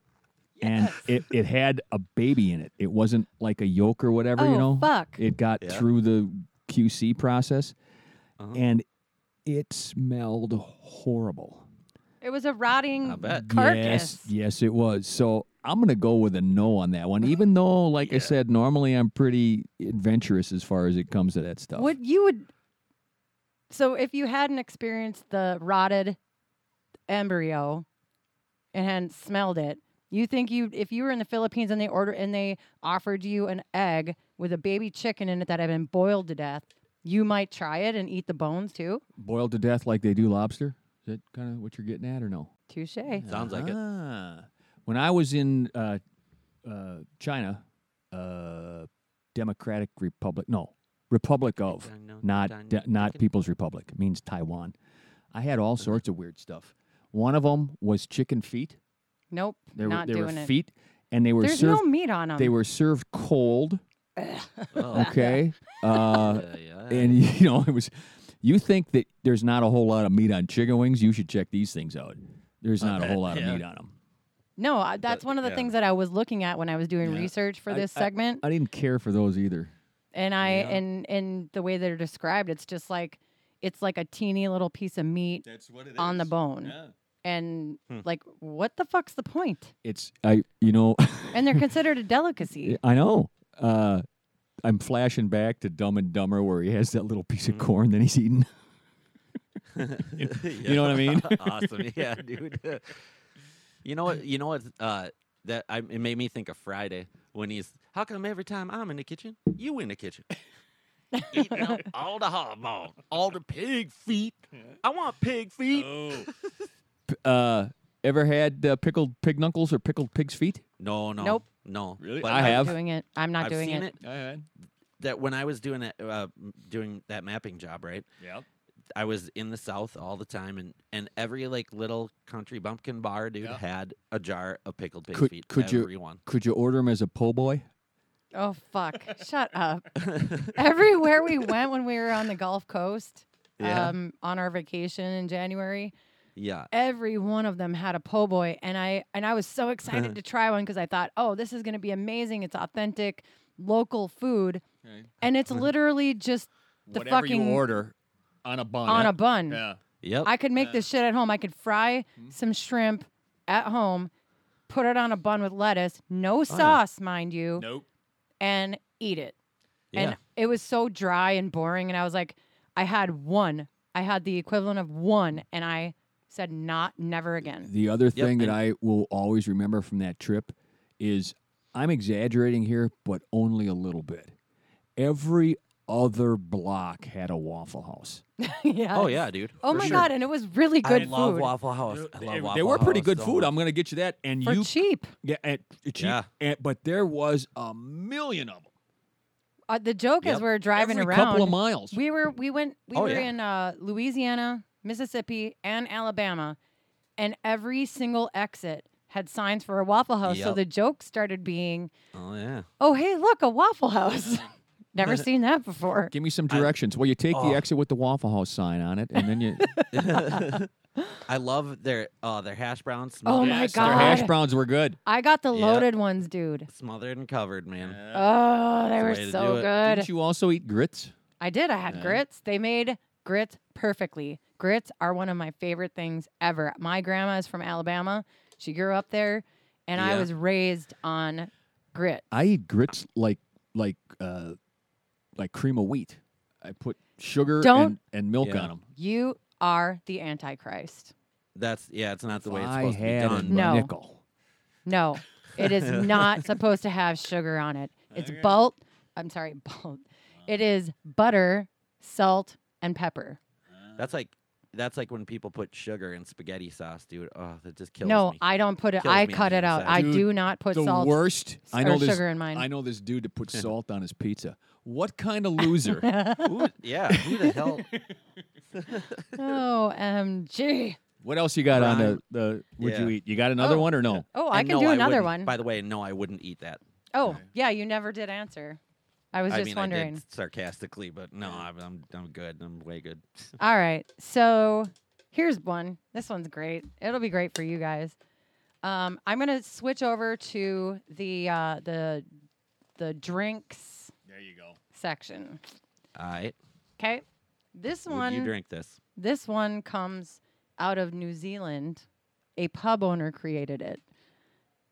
Speaker 4: And it, it had a baby in it. It wasn't like a yolk or whatever,
Speaker 2: Oh,
Speaker 4: you know.
Speaker 2: fuck.
Speaker 4: It got
Speaker 3: Yeah.
Speaker 4: through the QC process,
Speaker 3: Uh-huh.
Speaker 4: and it smelled horrible.
Speaker 2: it was a rotting
Speaker 3: I bet.
Speaker 2: carcass
Speaker 4: Yes, yes, it was. So I'm gonna go with a no on that one, even though, like I
Speaker 3: Oh, Yeah.
Speaker 4: said, normally I'm pretty adventurous as far as it comes to that stuff.
Speaker 2: Would you would so if you hadn't experienced the rotted embryo and hadn't smelled it, you think you if you were in the Philippines and they order and they offered you an egg with a baby chicken in it that had been boiled to death, you might try it and eat the bones too.
Speaker 4: Boiled to death like they do lobster? Is that kind of what you're getting at, or no?
Speaker 2: Touche.
Speaker 3: Sounds like it.
Speaker 4: Ah. When I was in uh, uh, China, uh, Democratic Republic, no, Republic of,
Speaker 3: Dun, dun,
Speaker 4: not
Speaker 3: dun,
Speaker 4: d-
Speaker 3: dun,
Speaker 4: not
Speaker 3: dun.
Speaker 4: People's Republic. It means Taiwan. I had all sorts of weird stuff. One of them was chicken feet.
Speaker 2: Nope,
Speaker 4: There were
Speaker 2: not
Speaker 4: there
Speaker 2: doing
Speaker 4: were
Speaker 2: it.
Speaker 4: feet, and they were
Speaker 2: There's
Speaker 4: served.
Speaker 2: no meat on them.
Speaker 4: they were served cold.
Speaker 3: Oh,
Speaker 4: Okay, uh,
Speaker 3: yeah, yeah.
Speaker 4: and you know it was. You think that there's not a whole lot of meat on chicken wings? You should check these things out. There's not a
Speaker 3: bet,
Speaker 4: whole lot
Speaker 3: yeah.
Speaker 4: of meat on them.
Speaker 2: no, I, that's one of the
Speaker 3: yeah.
Speaker 2: things that I was looking at when I was doing
Speaker 4: Yeah.
Speaker 2: research for
Speaker 4: I-
Speaker 2: this segment,
Speaker 4: I didn't care for those either.
Speaker 2: and I
Speaker 3: Yeah.
Speaker 2: and and the way they're described, it's just like it's like a teeny little piece of meat
Speaker 4: That's what it
Speaker 2: on the bone, and
Speaker 3: Hmm.
Speaker 2: like what the fuck's the point?
Speaker 4: It's I. You know,
Speaker 2: And they're considered a delicacy.
Speaker 4: I know. Uh, I'm flashing back to Dumb and Dumber where he has that little piece
Speaker 3: Mm.
Speaker 4: of corn that he's eating.
Speaker 3: you
Speaker 4: know what I mean?
Speaker 3: awesome. Yeah, dude. you know what? You know what? Uh, that I, it made me think of Friday when he's. How come every time I'm in the kitchen, you in the kitchen? Eating up all the hog maw, all the pig feet. I want pig feet.
Speaker 4: Oh. Uh, ever had uh, pickled pig knuckles or pickled pig's feet?
Speaker 3: No, no,
Speaker 2: Nope.
Speaker 3: no.
Speaker 4: Really?
Speaker 3: But
Speaker 4: I
Speaker 2: I'm
Speaker 4: have.
Speaker 2: doing it. I'm not
Speaker 3: I've
Speaker 2: doing
Speaker 3: seen
Speaker 2: it.
Speaker 3: it. That when I was doing that, uh, m- doing that mapping job, right?
Speaker 4: Yep.
Speaker 3: I was in the South all the time, and and every like little country bumpkin bar, dude, had a jar of pickled pig
Speaker 4: Could-
Speaker 3: feet.
Speaker 4: could you-
Speaker 3: every one.
Speaker 4: Could you order them as a po' boy?
Speaker 2: Oh fuck! Shut up. Everywhere we went when we were on the Gulf Coast,
Speaker 3: Yeah.
Speaker 2: um, on our vacation in January,
Speaker 3: Yeah.
Speaker 2: every one of them had a po' boy, and I and I was so
Speaker 4: Uh-huh.
Speaker 2: excited to try one because I thought, oh, this is gonna be amazing. It's authentic, local food, and it's literally just the
Speaker 4: Whatever
Speaker 2: fucking
Speaker 4: you order on a bun.
Speaker 2: on a bun.
Speaker 4: Oh, yeah. Hmm?
Speaker 3: Yep.
Speaker 2: I could make this shit at home. I could fry some shrimp at home, put it on a bun with lettuce, no sauce, mind you,
Speaker 4: Oh, Nope.
Speaker 2: and eat it.
Speaker 3: Yeah.
Speaker 2: And it was so dry and boring. And I was like, I had one. I had the equivalent of one. And I said, not, never again.
Speaker 4: The other thing that
Speaker 3: and-
Speaker 4: I will always remember from that trip is I'm exaggerating here, but only a little bit. Every other block had a Waffle House.
Speaker 2: yes.
Speaker 3: Oh yeah, dude.
Speaker 2: Oh
Speaker 3: For
Speaker 2: my
Speaker 3: sure.
Speaker 2: God. And it was really good
Speaker 3: I
Speaker 2: food.
Speaker 3: love Waffle House. I love
Speaker 4: They-
Speaker 3: Waffle
Speaker 4: they were pretty
Speaker 3: House
Speaker 4: good
Speaker 3: so
Speaker 4: food.
Speaker 3: much.
Speaker 4: I'm going to get you that. And
Speaker 2: for
Speaker 4: you,
Speaker 2: cheap.
Speaker 4: yeah, and uh, cheap.
Speaker 3: Yeah.
Speaker 4: And, but there was a million of them.
Speaker 2: Uh, the joke as
Speaker 3: Yep.
Speaker 2: we're driving
Speaker 4: Every
Speaker 2: around.
Speaker 4: couple of miles.
Speaker 2: We were we went we
Speaker 3: Oh,
Speaker 2: were
Speaker 3: yeah.
Speaker 2: in uh, Louisiana, Mississippi, and Alabama, and every single exit had signs for a Waffle House. So
Speaker 3: Yep.
Speaker 2: the joke started being,
Speaker 3: Oh yeah.
Speaker 2: "Oh hey, look, a Waffle House." Never seen that before.
Speaker 4: Give me some directions. well, you take
Speaker 3: Oh.
Speaker 4: the exit with the Waffle House sign on it, and then you.
Speaker 3: I love their uh their hash browns.
Speaker 2: Oh
Speaker 3: Smothered,
Speaker 2: my
Speaker 4: Yes,
Speaker 2: god!
Speaker 4: Their hash browns were good.
Speaker 2: I got the
Speaker 3: Yep.
Speaker 2: loaded ones, dude.
Speaker 3: smothered and covered, man.
Speaker 2: Oh, they
Speaker 3: the
Speaker 2: were
Speaker 3: way to
Speaker 2: so
Speaker 3: do it.
Speaker 2: good.
Speaker 4: Didn't you also eat grits?
Speaker 2: I did. I had grits. They made grits perfectly. Grits are one of my favorite things ever. My grandma is from Alabama. She grew up there, and I
Speaker 3: Yeah.
Speaker 2: was raised on grit.
Speaker 4: I eat grits like like uh like cream of wheat. I put sugar and,
Speaker 2: Don't-
Speaker 4: and milk on 'em.
Speaker 3: Yeah.
Speaker 4: on them.
Speaker 2: You are the Antichrist.
Speaker 3: That's yeah. It's not the way it's
Speaker 4: I
Speaker 3: supposed to be
Speaker 4: had a
Speaker 3: done.
Speaker 2: No.
Speaker 4: nickel.
Speaker 2: No, it is not supposed to have sugar on it. It's balt. I'm sorry, balt. It is butter, salt, and pepper.
Speaker 3: That's like that's like when people put sugar in spaghetti sauce, dude. Oh, that just kills
Speaker 2: no,
Speaker 3: me.
Speaker 2: I don't put it.
Speaker 3: Kills
Speaker 2: I
Speaker 3: me
Speaker 2: cut
Speaker 3: on
Speaker 2: it
Speaker 3: the
Speaker 2: out.
Speaker 3: inside.
Speaker 2: I
Speaker 4: Dude,
Speaker 2: do not put
Speaker 4: the
Speaker 2: salt.
Speaker 4: worst. I
Speaker 2: or
Speaker 4: know this.
Speaker 2: sugar in mine.
Speaker 4: I know this dude to put salt on his pizza. What kind of loser?
Speaker 3: Who- yeah. Who the hell?
Speaker 2: Oh, MG.
Speaker 4: what else you got on the,
Speaker 3: Prime.
Speaker 4: the? Would you
Speaker 3: Yeah.
Speaker 4: eat? You got another
Speaker 2: Oh.
Speaker 4: one or no?
Speaker 2: Oh, I
Speaker 3: And
Speaker 2: can
Speaker 3: no,
Speaker 2: do another
Speaker 3: wouldn't-
Speaker 2: one.
Speaker 3: By the way, no, I wouldn't eat that.
Speaker 2: Oh, yeah, you never did answer. I was
Speaker 3: I
Speaker 2: just
Speaker 3: mean, I
Speaker 2: wondering.
Speaker 3: did sarcastically, but no, I'm, I'm I'm good. I'm way good.
Speaker 2: All right. So here's one. This one's great. It'll be great for you guys. Um, I'm gonna switch over to the uh, the the drinks
Speaker 4: There you go.
Speaker 2: section.
Speaker 3: All right.
Speaker 2: Okay. This
Speaker 3: Would you
Speaker 2: one
Speaker 3: drink this?
Speaker 2: this one comes out of New Zealand. A pub owner created it.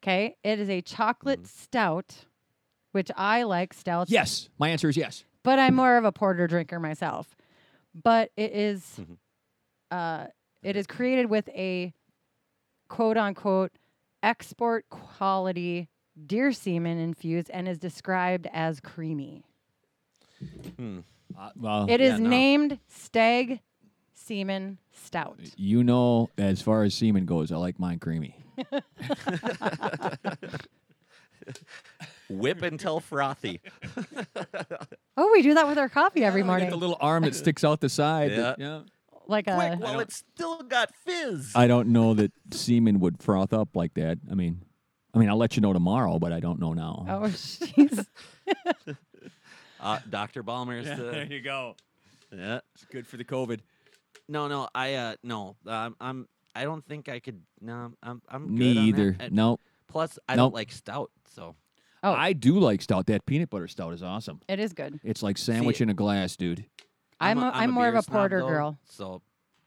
Speaker 2: Okay. It is a chocolate
Speaker 3: Mm-hmm.
Speaker 2: stout, which I like stouts.
Speaker 4: Yes, my answer is yes.
Speaker 2: but I'm more of a porter drinker myself. But it is, uh, it is created with a quote unquote export quality deer semen infused and is described as creamy.
Speaker 3: Hmm.
Speaker 4: Uh, well,
Speaker 2: It is
Speaker 3: no.
Speaker 2: named Stag Semen Stout.
Speaker 4: you know, as far as semen goes, I like mine creamy.
Speaker 3: Whip until frothy.
Speaker 2: Oh, we do that with our coffee every
Speaker 5: I get
Speaker 2: morning.
Speaker 5: the little arm that sticks out the side.
Speaker 3: Yeah.
Speaker 5: that- yeah.
Speaker 2: like a
Speaker 3: Quick, while it's still got fizz.
Speaker 4: I don't know that semen would froth up like that. I mean, I mean, I'll let you know tomorrow, but I don't know now.
Speaker 2: oh, jeez.
Speaker 3: Uh, Dr. Balmer's.
Speaker 4: there
Speaker 3: the
Speaker 4: you go.
Speaker 3: yeah.
Speaker 4: It's good for the COVID.
Speaker 3: No, no, I uh no. Um, I'm I don't think I could no I'm I'm
Speaker 4: Me
Speaker 3: good on that.
Speaker 4: either.
Speaker 3: And
Speaker 4: no,
Speaker 3: Plus I
Speaker 4: Nope.
Speaker 3: don't like stout, so
Speaker 2: Oh.
Speaker 4: I do like stout. That peanut butter stout is awesome.
Speaker 2: it is good.
Speaker 4: It's like sandwich in a glass, dude.
Speaker 2: I'm a,
Speaker 3: a-
Speaker 2: I'm, more of
Speaker 3: beer
Speaker 2: a
Speaker 3: snob,
Speaker 2: porter
Speaker 3: though,
Speaker 2: girl.
Speaker 3: So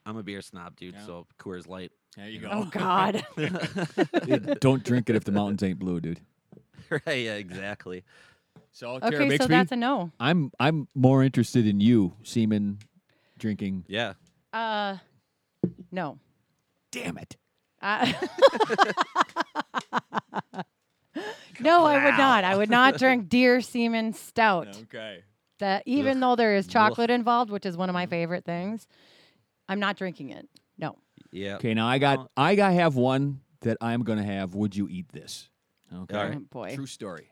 Speaker 3: I'm a beer snob, dude. So Coors Light.
Speaker 4: There
Speaker 3: you
Speaker 2: Oh God.
Speaker 4: don't drink it if the mountains ain't blue, dude.
Speaker 3: right, yeah, exactly.
Speaker 4: So Tara
Speaker 2: okay, so
Speaker 4: Bixby,
Speaker 2: that's a no.
Speaker 4: I'm I'm more interested in you semen drinking.
Speaker 3: Yeah.
Speaker 2: Uh, no.
Speaker 4: Damn it!
Speaker 2: I no, I would not. I would not drink deer semen stout.
Speaker 4: Okay.
Speaker 2: That even though there is chocolate involved, which is one of my favorite things, I'm not drinking it. No.
Speaker 3: Yeah.
Speaker 4: Okay. Now I got I got have one that I'm gonna have. Would you eat this? Okay.
Speaker 3: All right.
Speaker 2: Oh, boy.
Speaker 4: True story.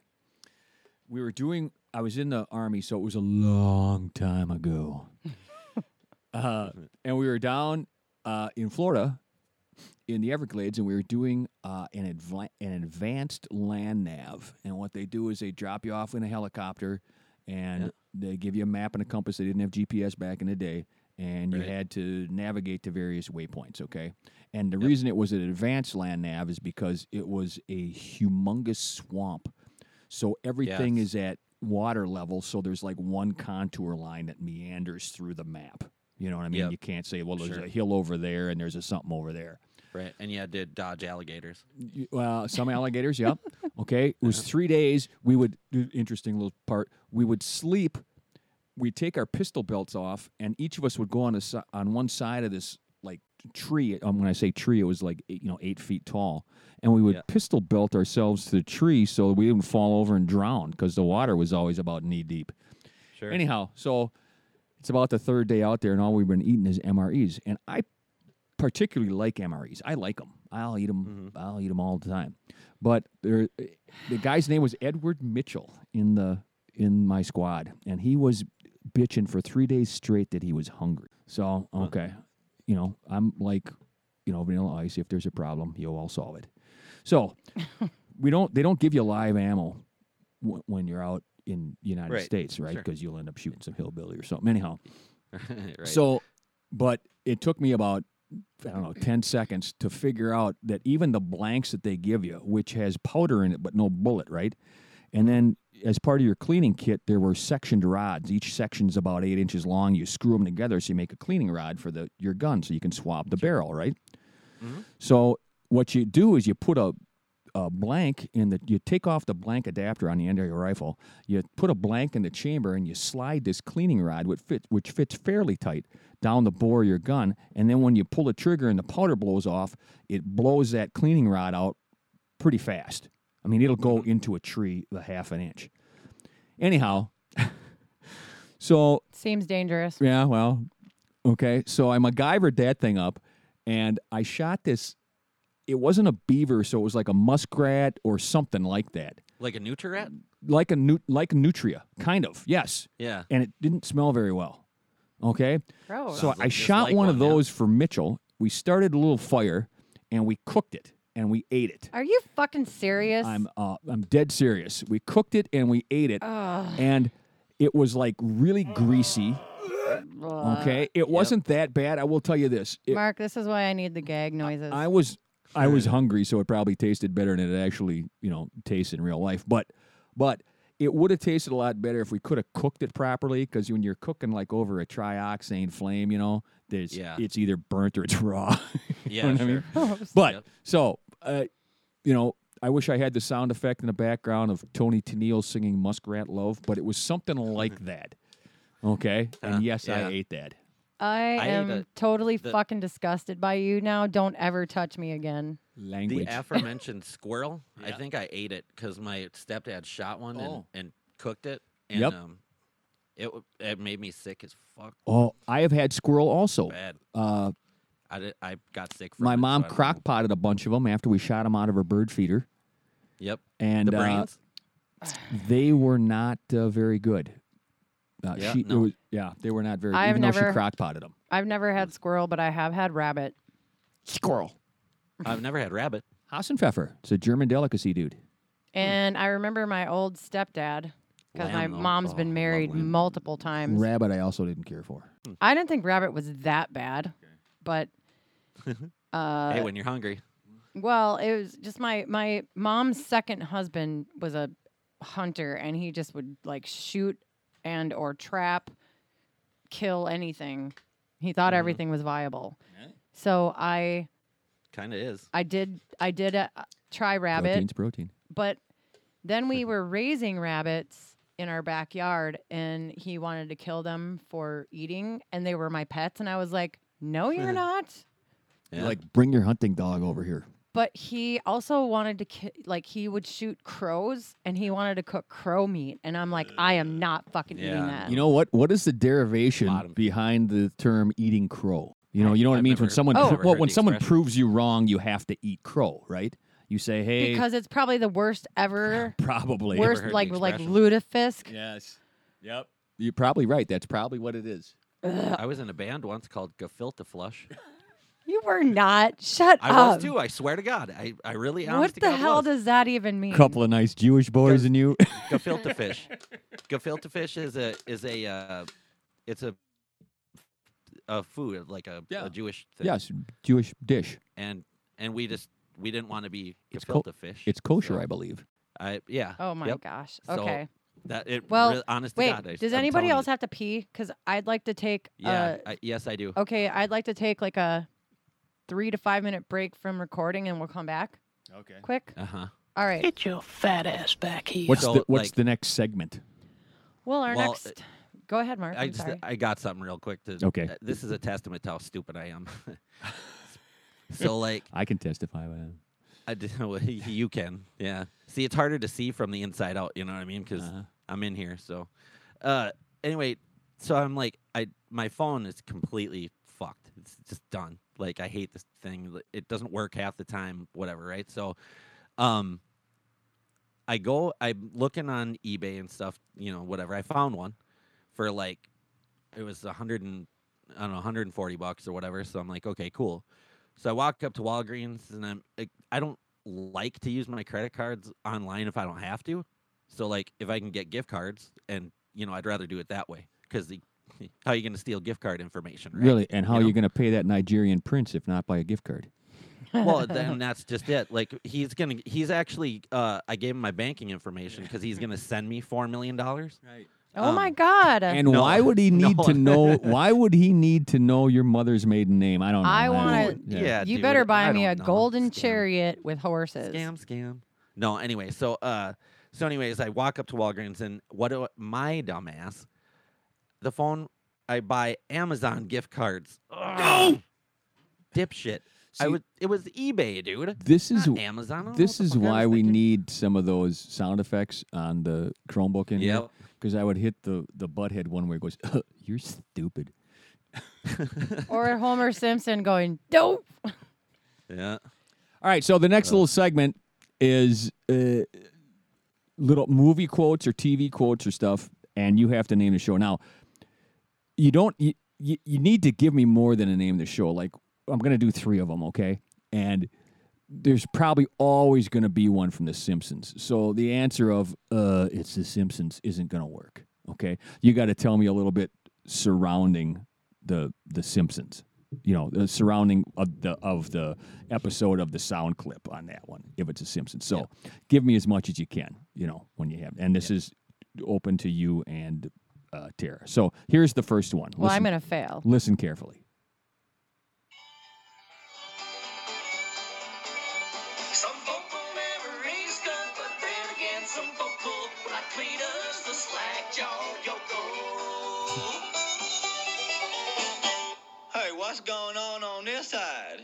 Speaker 4: We were doing. I was in the army, so it was a long time ago. uh, and we were down uh, in Florida, in the Everglades, and we were doing uh, an adva- an advanced land nav. And what they do is they drop you off in a helicopter, and they give you a map and a compass. They didn't have GPS back in the day, and you
Speaker 3: Right.
Speaker 4: had to navigate to various waypoints. Okay, and the reason it was an advanced land nav is because it was a humongous swamp, so everything
Speaker 3: Yes.
Speaker 4: is at water level. So there's like one contour line that meanders through the map. You know what I mean?
Speaker 3: Yep.
Speaker 4: You can't say, well, there's
Speaker 3: Sure.
Speaker 4: a hill over there and there's a something over there.
Speaker 3: Right. And yeah, did dodge alligators.
Speaker 4: Y- Well, some alligators, yep. Okay. It was three days. We would, interesting little part, we would sleep. We'd take our pistol belts off, and each of us would go on a, si- on one side of this like tree. Um, when I say tree, it was like eight, you know eight feet tall, and we would
Speaker 3: Yeah.
Speaker 4: pistol belt ourselves to the tree so we didn't fall over and drown because the water was always about knee deep.
Speaker 3: Sure.
Speaker 4: Anyhow, so it's about the third day out there, and all we've been eating is MREs. And I particularly like MREs. I like them. I'll eat them. I'll eat them all the time. But there, the guy's name was Edward Mitchell in the in my squad, and he was bitching for three days straight that he was hungry. So okay, you know I'm like, you know vanilla ice. If there's a problem, yo, I'll solve it. So we don't. They don't give you live ammo w- when you're out in the United
Speaker 3: Right.
Speaker 4: States, right?
Speaker 3: Sure.
Speaker 4: Because you'll end up shooting some hillbilly or something. Anyhow,
Speaker 3: right.
Speaker 4: so, but it took me about I don't know ten seconds to figure out that even the blanks that they give you, which has powder in it but no bullet, right? And then as part of your cleaning kit, there were sectioned rods. Each section's about eight inches long. You screw them together so you make a cleaning rod for the your gun, so you can swab the barrel, right? So what you do is you put a a blank in the you take off the blank adapter on the end of your rifle you put a blank in the chamber and you slide this cleaning rod which fits which fits fairly tight down the bore of your gun and then when you pull the trigger and the powder blows off it blows that cleaning rod out pretty fast i mean it'll go into a tree a half an inch anyhow so
Speaker 2: Seems dangerous.
Speaker 4: yeah, well, okay. So I MacGyvered that thing up, and I shot this. It wasn't a beaver, so it was like a muskrat or something like that,
Speaker 3: like a Nutri-Rat?
Speaker 4: like a nu- like nutria, kind of. Yes,
Speaker 3: Yeah.
Speaker 4: and it didn't smell very well. Okay,
Speaker 2: Gross.
Speaker 4: so
Speaker 3: Sounds
Speaker 4: I
Speaker 3: like- just
Speaker 4: shot
Speaker 3: Oh, like
Speaker 4: one, of
Speaker 3: one, yeah.
Speaker 4: those for Mitchell. We started a little fire, and we cooked it, and we ate it.
Speaker 2: Are you fucking serious?
Speaker 4: I'm uh, I'm dead serious. We cooked it and we ate
Speaker 3: Oh.
Speaker 4: it,
Speaker 2: Ugh.
Speaker 4: and it was like really greasy.
Speaker 3: Oh.
Speaker 2: Ugh.
Speaker 4: Okay, it wasn't that bad. I will tell you this. It,
Speaker 2: Mark, this is why I need the gag noises.
Speaker 4: I was I was hungry, so it probably tasted better than it actually, you know, tastes in real life. But but it would have tasted a lot better if we could have cooked it properly. Because when you're cooking like over a trioxane flame, you know, there's
Speaker 3: Yeah.
Speaker 4: it's either burnt or it's raw.
Speaker 3: Yeah.
Speaker 4: know what I
Speaker 3: sure.
Speaker 4: mean?
Speaker 2: Gross.
Speaker 4: but
Speaker 3: Yep.
Speaker 4: so uh, you know, I wish I had the sound effect in the background of Tony Tennille singing "Muskrat Love," but it was something like that. Okay,
Speaker 3: Huh,
Speaker 4: and yes,
Speaker 3: yeah.
Speaker 4: I ate that.
Speaker 2: I
Speaker 3: ate
Speaker 2: am
Speaker 3: a-
Speaker 2: totally
Speaker 3: the-
Speaker 2: fucking disgusted by you now. Don't ever touch me again.
Speaker 4: Language.
Speaker 3: The aforementioned squirrel, I think I ate it because my stepdad shot one
Speaker 4: Oh.
Speaker 3: and, and cooked it, and
Speaker 4: Yep.
Speaker 3: um, it w- it made me sick as fuck
Speaker 4: oh, I have had squirrel
Speaker 2: Oh.
Speaker 4: also.
Speaker 3: bad.
Speaker 4: Uh,
Speaker 3: I did, I got sick from
Speaker 4: My
Speaker 3: it, so
Speaker 4: mom
Speaker 3: I don't know.
Speaker 4: crock potted a bunch of them after we shot them out of her bird feeder,
Speaker 3: Yep,
Speaker 4: and
Speaker 3: the
Speaker 4: uh,
Speaker 3: brains.
Speaker 4: they were not uh, very good. Uh,
Speaker 3: Yeah,
Speaker 4: she, it
Speaker 3: no.
Speaker 4: was- yeah, they were not very.
Speaker 2: I've
Speaker 4: even though she
Speaker 2: never-
Speaker 4: crock potted them.
Speaker 2: I've never had squirrel, but I have had rabbit.
Speaker 4: Squirrel.
Speaker 3: I've never had rabbit.
Speaker 4: Hassenpfeffer. It's a German delicacy, dude.
Speaker 2: And I remember my old stepdad because my
Speaker 3: Lamb, though.
Speaker 2: mom's
Speaker 3: Oh, I
Speaker 2: been
Speaker 3: love
Speaker 2: married
Speaker 3: lamb.
Speaker 2: multiple times.
Speaker 4: Rabbit, I also didn't care for.
Speaker 2: I didn't think rabbit was that bad, but uh,
Speaker 3: hey, when you're hungry,
Speaker 2: well, it was just my my mom's second husband was a hunter, and he just would like shoot and or trap, kill anything. He thought
Speaker 3: Mhm.
Speaker 2: everything was viable, so I
Speaker 3: kind of is.
Speaker 2: I did I did uh, try rabbit.
Speaker 4: Protein's protein.
Speaker 2: But then we were raising rabbits in our backyard and he wanted to kill them for eating and they were my pets and I was like, "No, you're not."
Speaker 4: You're
Speaker 3: Yeah.
Speaker 4: Like, bring your hunting dog over here.
Speaker 2: But he also wanted to ki- like he would shoot crows and he wanted to cook crow meat and I'm like, "I am not fucking
Speaker 3: Yeah.
Speaker 2: eating that."
Speaker 4: You know what? What is the derivation
Speaker 3: Bottom.
Speaker 4: behind the term eating crow? You know, you know what I
Speaker 3: I've
Speaker 4: mean. when
Speaker 3: never-
Speaker 4: someone,
Speaker 3: I've
Speaker 2: Oh.
Speaker 3: never
Speaker 4: well,
Speaker 3: heard
Speaker 4: when
Speaker 3: the
Speaker 4: someone
Speaker 3: expression.
Speaker 4: proves you wrong, you have to eat crow, right? You say, hey,
Speaker 2: because it's probably the worst ever
Speaker 4: probably.
Speaker 2: worst
Speaker 3: heard the
Speaker 2: like like
Speaker 3: expression.
Speaker 2: lutefisk.
Speaker 4: Yes. Yep. You're probably right. That's probably what it is.
Speaker 2: Uh,
Speaker 3: I was in a band once called Gefilte Flush.
Speaker 2: You were not. Shut
Speaker 3: I
Speaker 2: up.
Speaker 3: was too. I swear to God, I, I really
Speaker 2: um, What
Speaker 3: honest to
Speaker 2: the
Speaker 3: God
Speaker 2: hell
Speaker 3: was.
Speaker 2: does that even mean?
Speaker 4: Couple of nice Jewish boys
Speaker 3: Does-
Speaker 4: and you.
Speaker 3: gefilte fish. gefilte fish is a is a uh, it's a a food like a,
Speaker 4: Yeah.
Speaker 3: a Jewish thing.
Speaker 4: yes, Jewish dish.
Speaker 3: and and we just we didn't want to be
Speaker 4: It's
Speaker 3: gefilte
Speaker 4: co-
Speaker 3: fish.
Speaker 4: It's kosher,
Speaker 3: So,
Speaker 4: I believe.
Speaker 3: I yeah.
Speaker 2: Oh my
Speaker 3: yep.
Speaker 2: gosh.
Speaker 3: So,
Speaker 2: Okay.
Speaker 3: That it.
Speaker 2: Well,
Speaker 3: real- honest
Speaker 2: Wait,
Speaker 3: to God, I,
Speaker 2: does
Speaker 3: I'm
Speaker 2: anybody
Speaker 3: telling
Speaker 2: else
Speaker 3: you.
Speaker 2: have to pee? Because I'd like to take.
Speaker 3: Yeah. I, yes, I do.
Speaker 2: Uh, okay, I'd like to take like a three to five minute break from recording, and we'll come back
Speaker 4: Okay.
Speaker 2: quick.
Speaker 3: Uh huh.
Speaker 2: All right.
Speaker 6: Get your fat ass back here.
Speaker 4: What's
Speaker 3: So,
Speaker 4: the What's
Speaker 3: like-
Speaker 4: the next segment?
Speaker 2: Well, our
Speaker 3: Well,
Speaker 2: next. go ahead, Mark.
Speaker 3: I
Speaker 2: I'm
Speaker 3: just uh,
Speaker 2: sorry.
Speaker 3: I got something real quick to.
Speaker 4: Okay.
Speaker 3: uh, This is a testament to how stupid I am. so like
Speaker 4: I can testify. With that.
Speaker 3: I did, well, you can. Yeah. See, it's harder to see from the inside out. You know what I mean? Because
Speaker 4: Uh-huh.
Speaker 3: I'm in here. So, uh, anyway, so I'm like, I my phone is completely fucked. It's just done. Like I hate this thing. Like, It doesn't work half the time. Whatever. Right. So, um, I go. I'm looking on eBay and stuff. You know, whatever. I found one for like, it was a hundred and I don't know, 140 bucks or whatever. So I'm like, okay, cool. So I walk up to Walgreens and I'm like, I don't like to use my credit cards online if I don't have to. So like if I can get gift cards and you know, I'd rather do it that way because the how are you going to steal gift card information? Right?
Speaker 4: Really? And how
Speaker 3: You
Speaker 4: are
Speaker 3: know?
Speaker 4: you going to pay that Nigerian prince if not by a gift card?
Speaker 3: well, then that's just it. Like he's gonna, he's actually, uh, I gave him my banking information because he's gonna send me four million dollars.
Speaker 2: oh my
Speaker 3: um,
Speaker 2: God.
Speaker 4: And
Speaker 3: No.
Speaker 4: why would he
Speaker 3: No.
Speaker 4: need to know? Why would he need to know your mother's maiden name? I don't know.
Speaker 2: I
Speaker 4: That
Speaker 2: wanna-
Speaker 4: is-
Speaker 3: Yeah,
Speaker 2: you
Speaker 3: dude,
Speaker 2: better buy
Speaker 3: I
Speaker 2: me a
Speaker 3: don't know.
Speaker 2: golden
Speaker 3: Scam.
Speaker 2: chariot with horses.
Speaker 3: Scam, scam. No, anyway, so uh, so anyways, I walk up to Walgreens and what do I- my dumbass? The phone I buy Amazon gift cards. Ugh. Dipshit. I
Speaker 4: See-
Speaker 3: would. It was eBay, dude.
Speaker 4: This is
Speaker 3: Not Amazon. I don't know
Speaker 4: this
Speaker 3: what Oh, the
Speaker 4: is
Speaker 3: fuck I was
Speaker 4: why we
Speaker 3: thinking.
Speaker 4: need some of those sound effects on the Chromebook in here
Speaker 3: Yep.
Speaker 4: because I would hit the the butthead one where it goes, "You're stupid."
Speaker 2: or Homer Simpson going, dope.
Speaker 3: Yeah.
Speaker 4: All right, so the next little segment is uh, little movie quotes or TV quotes or stuff, and you have to name the show. Now, you don't you, you, you need to give me more than a name of the show. Like I'm going to do three of them, okay? And there's probably always going to be one from The Simpsons. So the answer of uh, it's The Simpsons isn't going to work. Okay, you got to tell me a little bit surrounding the the Simpsons. You know, the surrounding of the of the episode of the sound clip on that one, if it's a Simpsons. So give me as much as you can. You know, when you have, and this is open to you and uh, Tara. So here's the first one.
Speaker 2: Well, I'm
Speaker 4: Listen-
Speaker 2: going to fail.
Speaker 4: Listen carefully.
Speaker 7: Some folk will never raise gun, but then again, some folk will like clean us the slack jaw yoko. Hey, what's going on on this side?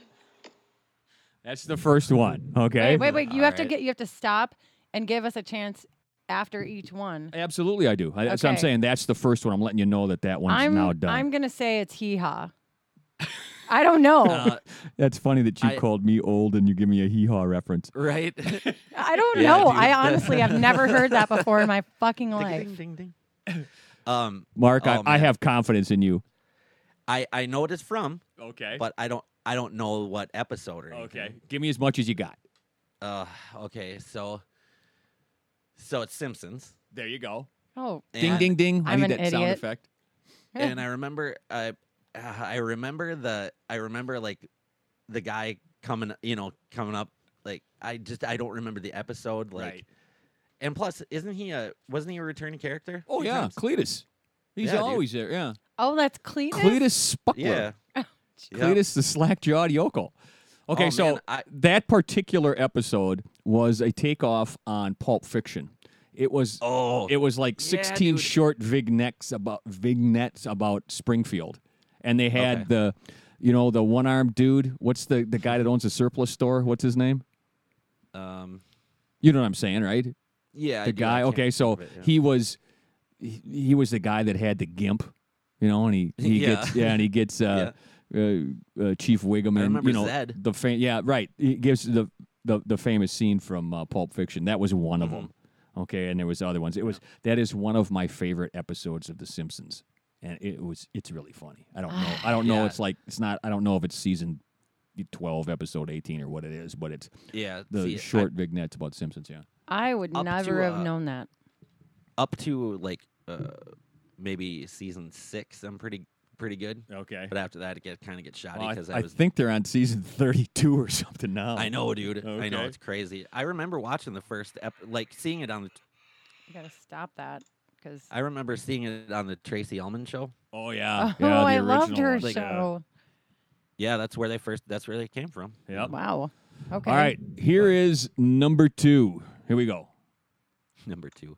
Speaker 4: That's the first one. Okay.
Speaker 2: Wait, wait, wait. You have to
Speaker 3: Alright.
Speaker 2: get. You have to stop and give us a chance after each one.
Speaker 4: Absolutely, I do. I, That's what I'm
Speaker 2: Okay.
Speaker 4: saying. That's the first one. I'm letting you know that that one's
Speaker 2: I'm
Speaker 4: now done.
Speaker 2: I'm gonna say it's hee haw. I don't know.
Speaker 3: Uh,
Speaker 4: That's funny that you
Speaker 3: I-
Speaker 4: called me old and you give me a hee haw reference.
Speaker 3: right.
Speaker 2: I don't
Speaker 3: yeah,
Speaker 2: know.
Speaker 3: dude,
Speaker 2: I
Speaker 3: that-
Speaker 2: honestly have never heard that before in my fucking
Speaker 3: ding,
Speaker 2: life.
Speaker 3: ding, ding, ding. Um,
Speaker 4: Mark,
Speaker 3: Oh,
Speaker 4: I, I
Speaker 3: man.
Speaker 4: have confidence in you.
Speaker 3: I I know what it's from,
Speaker 4: Okay.
Speaker 3: but I don't I don't know what episode or anything.
Speaker 4: Okay. Give me as much as you got.
Speaker 3: Uh, okay, so so it's Simpsons.
Speaker 4: There you go.
Speaker 2: Oh,
Speaker 4: Ding,
Speaker 3: and-
Speaker 4: ding, ding. I
Speaker 2: I'm
Speaker 4: need
Speaker 2: an
Speaker 4: that sound
Speaker 2: idiot.
Speaker 4: effect.
Speaker 3: and I remember I uh, I remember the I remember like the guy coming you know coming up like I just I don't remember the episode like
Speaker 4: Right.
Speaker 3: and plus isn't he a wasn't he a returning character?
Speaker 4: Oh,
Speaker 3: He
Speaker 4: yeah.
Speaker 3: comes-
Speaker 4: Cletus. He's
Speaker 3: Yeah, dude.
Speaker 4: always there. Yeah.
Speaker 2: oh, that's Cletus.
Speaker 4: Cletus Spuckler.
Speaker 3: yeah. Yep.
Speaker 4: Cletus the slack jawed yokel. Okay,
Speaker 3: Oh,
Speaker 4: so
Speaker 3: man, I-
Speaker 4: that particular episode was a takeoff on Pulp Fiction. It was
Speaker 3: Oh,
Speaker 4: it was like
Speaker 3: yeah,
Speaker 4: 16
Speaker 3: dude.
Speaker 4: short vignettes about vignettes about Springfield. And they had
Speaker 3: Okay.
Speaker 4: the you know, the one armed dude. What's the, the guy that owns the surplus store? What's his name?
Speaker 3: um,
Speaker 4: You know what I'm saying, right?
Speaker 3: yeah, I
Speaker 4: the
Speaker 3: do, I
Speaker 4: guy.
Speaker 3: can't
Speaker 4: Okay,
Speaker 3: think
Speaker 4: so
Speaker 3: of it, yeah.
Speaker 4: he was he, he was the guy that had the gimp, you know, and he, he
Speaker 3: Yeah.
Speaker 4: gets yeah, and he gets uh, uh, uh Chief Wiggum
Speaker 3: I
Speaker 4: and
Speaker 3: remember
Speaker 4: you know
Speaker 3: Zed.
Speaker 4: the fam- yeah right. He gives the the the famous scene from uh, Pulp Fiction. That was one
Speaker 3: Mm-hmm.
Speaker 4: of them. Okay, and there was other ones. It was that is one of my favorite episodes of The Simpsons, and it was it's really funny. I don't know. I don't know.
Speaker 3: Yeah.
Speaker 4: It's like it's not. I don't know if it's season. 12 episode 18 or what it is but it's
Speaker 3: yeah,
Speaker 4: the
Speaker 3: see, I-
Speaker 4: short vignettes about simpsons yeah
Speaker 2: I would
Speaker 3: Up
Speaker 2: never
Speaker 3: to,
Speaker 2: have
Speaker 3: uh,
Speaker 2: known that.
Speaker 3: up to like uh, maybe season six. I'm pretty pretty good,
Speaker 4: okay
Speaker 3: but after that, it get kind of get shoddy
Speaker 4: Well,
Speaker 3: because
Speaker 4: I,
Speaker 3: I,
Speaker 4: I
Speaker 3: was.
Speaker 4: think they're on season 32 or something now.
Speaker 3: I know, dude. I know
Speaker 4: Okay.
Speaker 3: it's crazy. I remember watching the first ep- like seeing it on the.
Speaker 2: You gotta stop that because
Speaker 3: I remember seeing it on the Tracy Ullman show.
Speaker 4: Oh,
Speaker 2: oh,
Speaker 4: yeah. yeah, the
Speaker 2: I loved
Speaker 4: original
Speaker 2: her
Speaker 4: one. Like, uh,
Speaker 2: show.
Speaker 3: Yeah, that's where they first. That's where they came from.
Speaker 4: yep.
Speaker 2: Wow. Okay.
Speaker 4: All right. Here is number two. Here we go.
Speaker 3: Number two.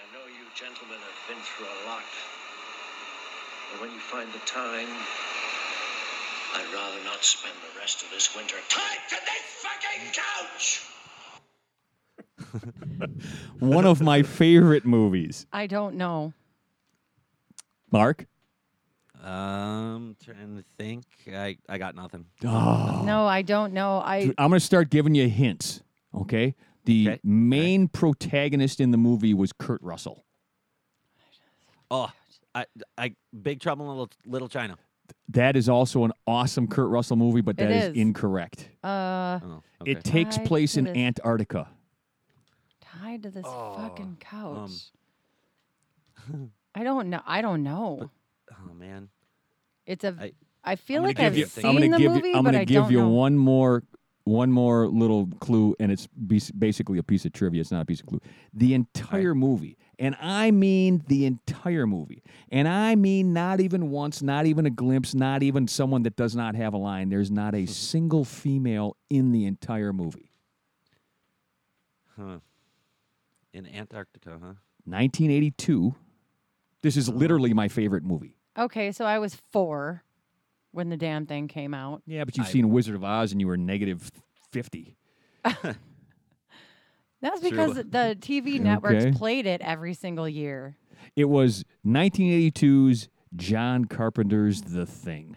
Speaker 7: I know you gentlemen have been through a lot. But when you find the time, I'd rather not spend the rest of this winter tied to this fucking couch!
Speaker 4: One of my favorite movies.
Speaker 2: I don't know.
Speaker 4: Mark?
Speaker 3: Um, trying to think. I I got nothing.
Speaker 4: Oh,
Speaker 2: No, I don't know. I
Speaker 4: dude, I'm going to start giving you hints. Okay. The
Speaker 3: Okay.
Speaker 4: main protagonist in the movie was Kurt Russell.
Speaker 3: Oh, I I Big Trouble in Little Little China.
Speaker 4: That is also an awesome Kurt Russell movie, but
Speaker 2: It
Speaker 4: that is.
Speaker 2: is.
Speaker 4: incorrect.
Speaker 2: uh
Speaker 3: Oh, okay.
Speaker 4: It takes
Speaker 2: Tied
Speaker 4: place
Speaker 2: to
Speaker 4: in
Speaker 2: this-
Speaker 4: Antarctica.
Speaker 2: tied to this
Speaker 4: Oh,
Speaker 2: fucking couch.
Speaker 4: um.
Speaker 2: I don't know. I don't know.
Speaker 3: oh man.
Speaker 2: It's a. I
Speaker 3: I-
Speaker 2: feel
Speaker 4: I'm
Speaker 2: like
Speaker 4: gonna
Speaker 2: I've
Speaker 4: give you-
Speaker 2: seen
Speaker 4: I'm gonna
Speaker 2: the
Speaker 4: give
Speaker 2: movie,
Speaker 4: you, I'm
Speaker 2: but
Speaker 4: gonna
Speaker 2: I
Speaker 4: give
Speaker 2: don't
Speaker 4: you
Speaker 2: know.
Speaker 4: one more one more little clue, and it's bas- basically a piece of trivia. It's not a piece of clue. The entire movie, and I mean the entire movie, and I mean not even once, not even a glimpse, not even someone that does not have a line. There's not a single female in the entire movie.
Speaker 3: Huh. In Antarctica, huh?
Speaker 4: 1982. This is literally my favorite movie.
Speaker 2: Okay, so I was four when the damn thing came out.
Speaker 4: Yeah, but you've seen Wizard of Oz, and you were negative 50.
Speaker 2: That's
Speaker 3: True.
Speaker 2: because the TV networks
Speaker 4: Okay.
Speaker 2: played it every single year.
Speaker 4: It was 1982's John Carpenter's The Thing.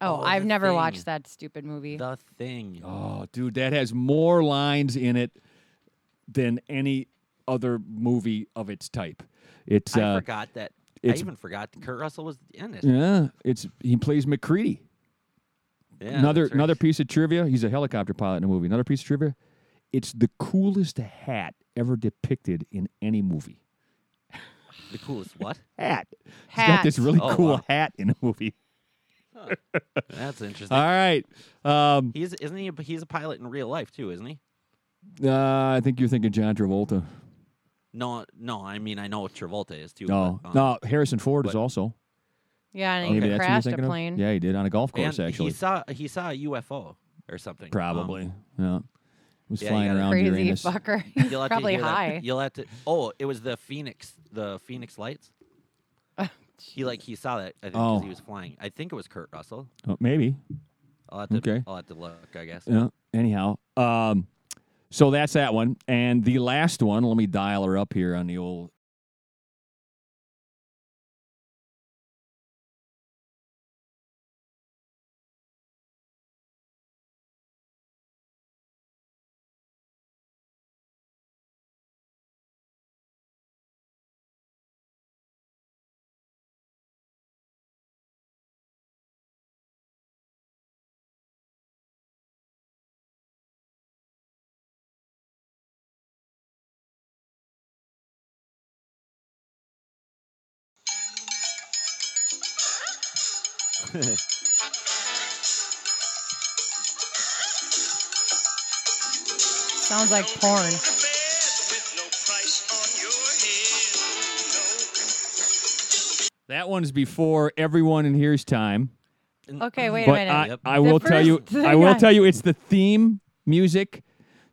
Speaker 2: Oh,
Speaker 3: Oh,
Speaker 2: I've
Speaker 3: The
Speaker 2: never
Speaker 3: Thing.
Speaker 2: watched that stupid movie.
Speaker 3: The thing.
Speaker 4: Oh, dude, that has more lines in it than any other movie of its type. It's
Speaker 3: I
Speaker 4: uh,
Speaker 3: forgot that. I
Speaker 4: it's-
Speaker 3: even forgot that Kurt Russell was in it.
Speaker 4: yeah, it's he plays McCready.
Speaker 3: Yeah,
Speaker 4: another
Speaker 3: that's right.
Speaker 4: another piece of trivia. He's a helicopter pilot in a movie. Another piece of trivia. It's the coolest hat ever depicted in any movie.
Speaker 3: The coolest what?
Speaker 4: Hat. He's got this
Speaker 2: Hat.
Speaker 4: really
Speaker 3: Oh,
Speaker 4: cool
Speaker 3: wow.
Speaker 4: hat in a movie.
Speaker 3: That's interesting.
Speaker 4: All right. Um,
Speaker 3: He's isn't he? A, he's a pilot in real life too, isn't he?
Speaker 4: uh, I think you're thinking John Travolta.
Speaker 3: No, no. I mean, I know what Travolta is too.
Speaker 4: No,
Speaker 3: but, um,
Speaker 4: no. Harrison Ford is
Speaker 3: but-
Speaker 4: also.
Speaker 2: Yeah, and
Speaker 4: Maybe
Speaker 2: he
Speaker 4: that's what you're
Speaker 2: crashed a
Speaker 4: thinking of?
Speaker 2: plane.
Speaker 4: Yeah, he did on a golf
Speaker 3: and
Speaker 4: course actually.
Speaker 3: he saw he saw a UFO or something. um,
Speaker 4: Probably. yeah. It was
Speaker 3: yeah, you
Speaker 4: flying
Speaker 3: gotta-
Speaker 4: around
Speaker 2: Crazy
Speaker 4: Uranus.
Speaker 2: fucker. He's
Speaker 3: you'll have
Speaker 2: probably
Speaker 3: to hear that-
Speaker 2: high.
Speaker 3: You'll have to. Oh, it was the Phoenix, the Phoenix Lights. He like he saw that. I think 'cause
Speaker 4: Oh.
Speaker 3: he was flying. I think it was Kurt Russell.
Speaker 4: Oh, maybe.
Speaker 3: I'll have to.
Speaker 4: Okay.
Speaker 3: I'll have to look. I guess.
Speaker 4: Yeah. Anyhow, um, so that's that one, and the last one. Let me dial her up here on the old.
Speaker 2: Sounds like porn.
Speaker 4: That one's before everyone in here's time.
Speaker 3: N-
Speaker 2: Okay, wait a
Speaker 4: but
Speaker 2: minute.
Speaker 4: I,
Speaker 3: Yep.
Speaker 4: I
Speaker 2: The
Speaker 4: will tell you,
Speaker 2: first
Speaker 4: I
Speaker 2: thing
Speaker 4: will
Speaker 2: I-
Speaker 4: tell you, it's the theme music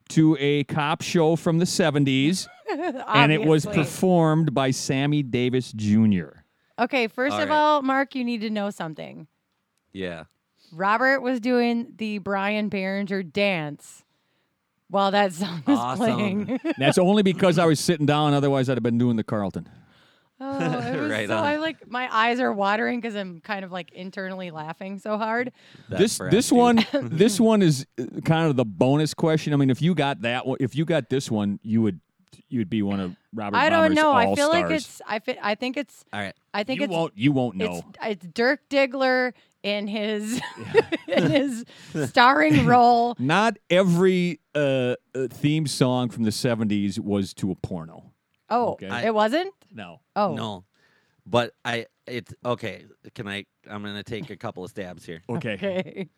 Speaker 4: to a cop show from the '70s, and it was
Speaker 2: Obviously.
Speaker 4: performed by Sammy Davis Jr.
Speaker 2: okay. First
Speaker 3: All
Speaker 2: of
Speaker 3: right.
Speaker 2: all, Mark, you need to know something.
Speaker 3: Yeah.
Speaker 2: Robert was doing the Brian Behringer dance while that song was
Speaker 3: Awesome.
Speaker 2: playing.
Speaker 4: That's only because I was sitting down; otherwise, I'd have been doing the Carlton.
Speaker 2: Oh, it was
Speaker 3: Right
Speaker 2: so
Speaker 3: on.
Speaker 2: I like my eyes are watering because I'm kind of like internally laughing so hard.
Speaker 3: that
Speaker 4: this
Speaker 3: brat,
Speaker 4: this
Speaker 3: dude.
Speaker 4: one this one is uh, kind of the bonus question. I mean, if you got that one, if you got this one, you would you'd be one of Robert.
Speaker 2: I don't
Speaker 4: Palmer's
Speaker 2: know. I feel
Speaker 4: all-stars.
Speaker 2: like it's I fit I think it's
Speaker 3: All right.
Speaker 2: I think
Speaker 4: you
Speaker 2: it's
Speaker 4: won't you won't know.
Speaker 2: it's it's Dirk Diggler in his in his starring role.
Speaker 4: Not every uh, uh, theme song from the '70s was to a porno.
Speaker 2: Oh,
Speaker 4: Okay.
Speaker 2: it wasn't?
Speaker 4: No,
Speaker 2: Oh.
Speaker 3: No. But I it's okay. Can I I'm gonna take a couple of stabs here.
Speaker 4: okay,
Speaker 2: Okay.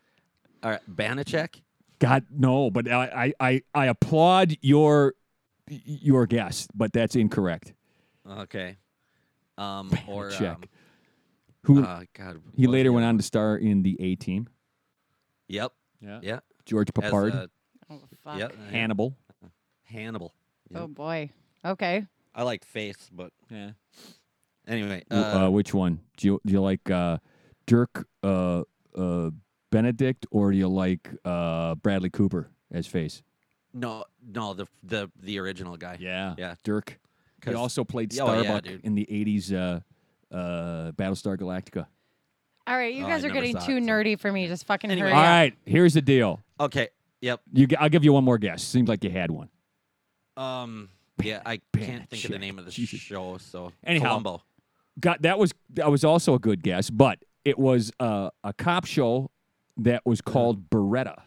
Speaker 3: All right, Banachek.
Speaker 4: God, no. But I, I, I, I applaud your your guess, but that's incorrect.
Speaker 3: Okay. Um or
Speaker 4: Banachek.
Speaker 3: um,
Speaker 4: Who
Speaker 3: uh, God,
Speaker 4: he
Speaker 3: what was
Speaker 4: later
Speaker 3: the
Speaker 4: went
Speaker 3: other
Speaker 4: on
Speaker 3: one?
Speaker 4: to star in the A Team,
Speaker 3: Yep.
Speaker 4: Yeah.
Speaker 3: Yeah.
Speaker 4: George
Speaker 3: as
Speaker 4: Uh,
Speaker 3: uh,
Speaker 4: Papard,
Speaker 3: a-
Speaker 2: Oh fuck.
Speaker 3: yep,
Speaker 4: Hannibal.
Speaker 3: Hannibal.
Speaker 2: Oh boy. Okay.
Speaker 3: I liked Face, but
Speaker 4: Yeah.
Speaker 3: anyway.
Speaker 4: W-
Speaker 3: Uh,
Speaker 4: uh, which one do you do you like uh, Dirk uh, uh, Benedict or do you like uh, Bradley Cooper as face?
Speaker 3: no, no, the the the original guy.
Speaker 4: Yeah,
Speaker 3: Yeah.
Speaker 4: Dirk. He
Speaker 3: 'Cause-
Speaker 4: also played
Speaker 3: Oh, yeah,
Speaker 4: Starbuck
Speaker 3: dude.
Speaker 4: in the '80s uh, uh, Battlestar Galactica.
Speaker 2: All right, you
Speaker 3: Oh, I
Speaker 2: guys are
Speaker 3: never
Speaker 2: getting
Speaker 3: saw
Speaker 2: too
Speaker 3: it, so-
Speaker 2: nerdy for me. Just fucking
Speaker 3: Anyway.
Speaker 2: hurry
Speaker 4: All
Speaker 2: up.
Speaker 4: right, here's the deal.
Speaker 3: Okay. Yep.
Speaker 4: You, g- I'll give you one more guess. Seems like you had one.
Speaker 3: Um. Yeah, I can't think of the
Speaker 4: Banachek,
Speaker 3: name of the
Speaker 4: Jesus.
Speaker 3: show. So
Speaker 4: Anyhow.
Speaker 3: Columbo.
Speaker 4: Got that was that was also a good guess, but it was uh, a cop show that was called Beretta.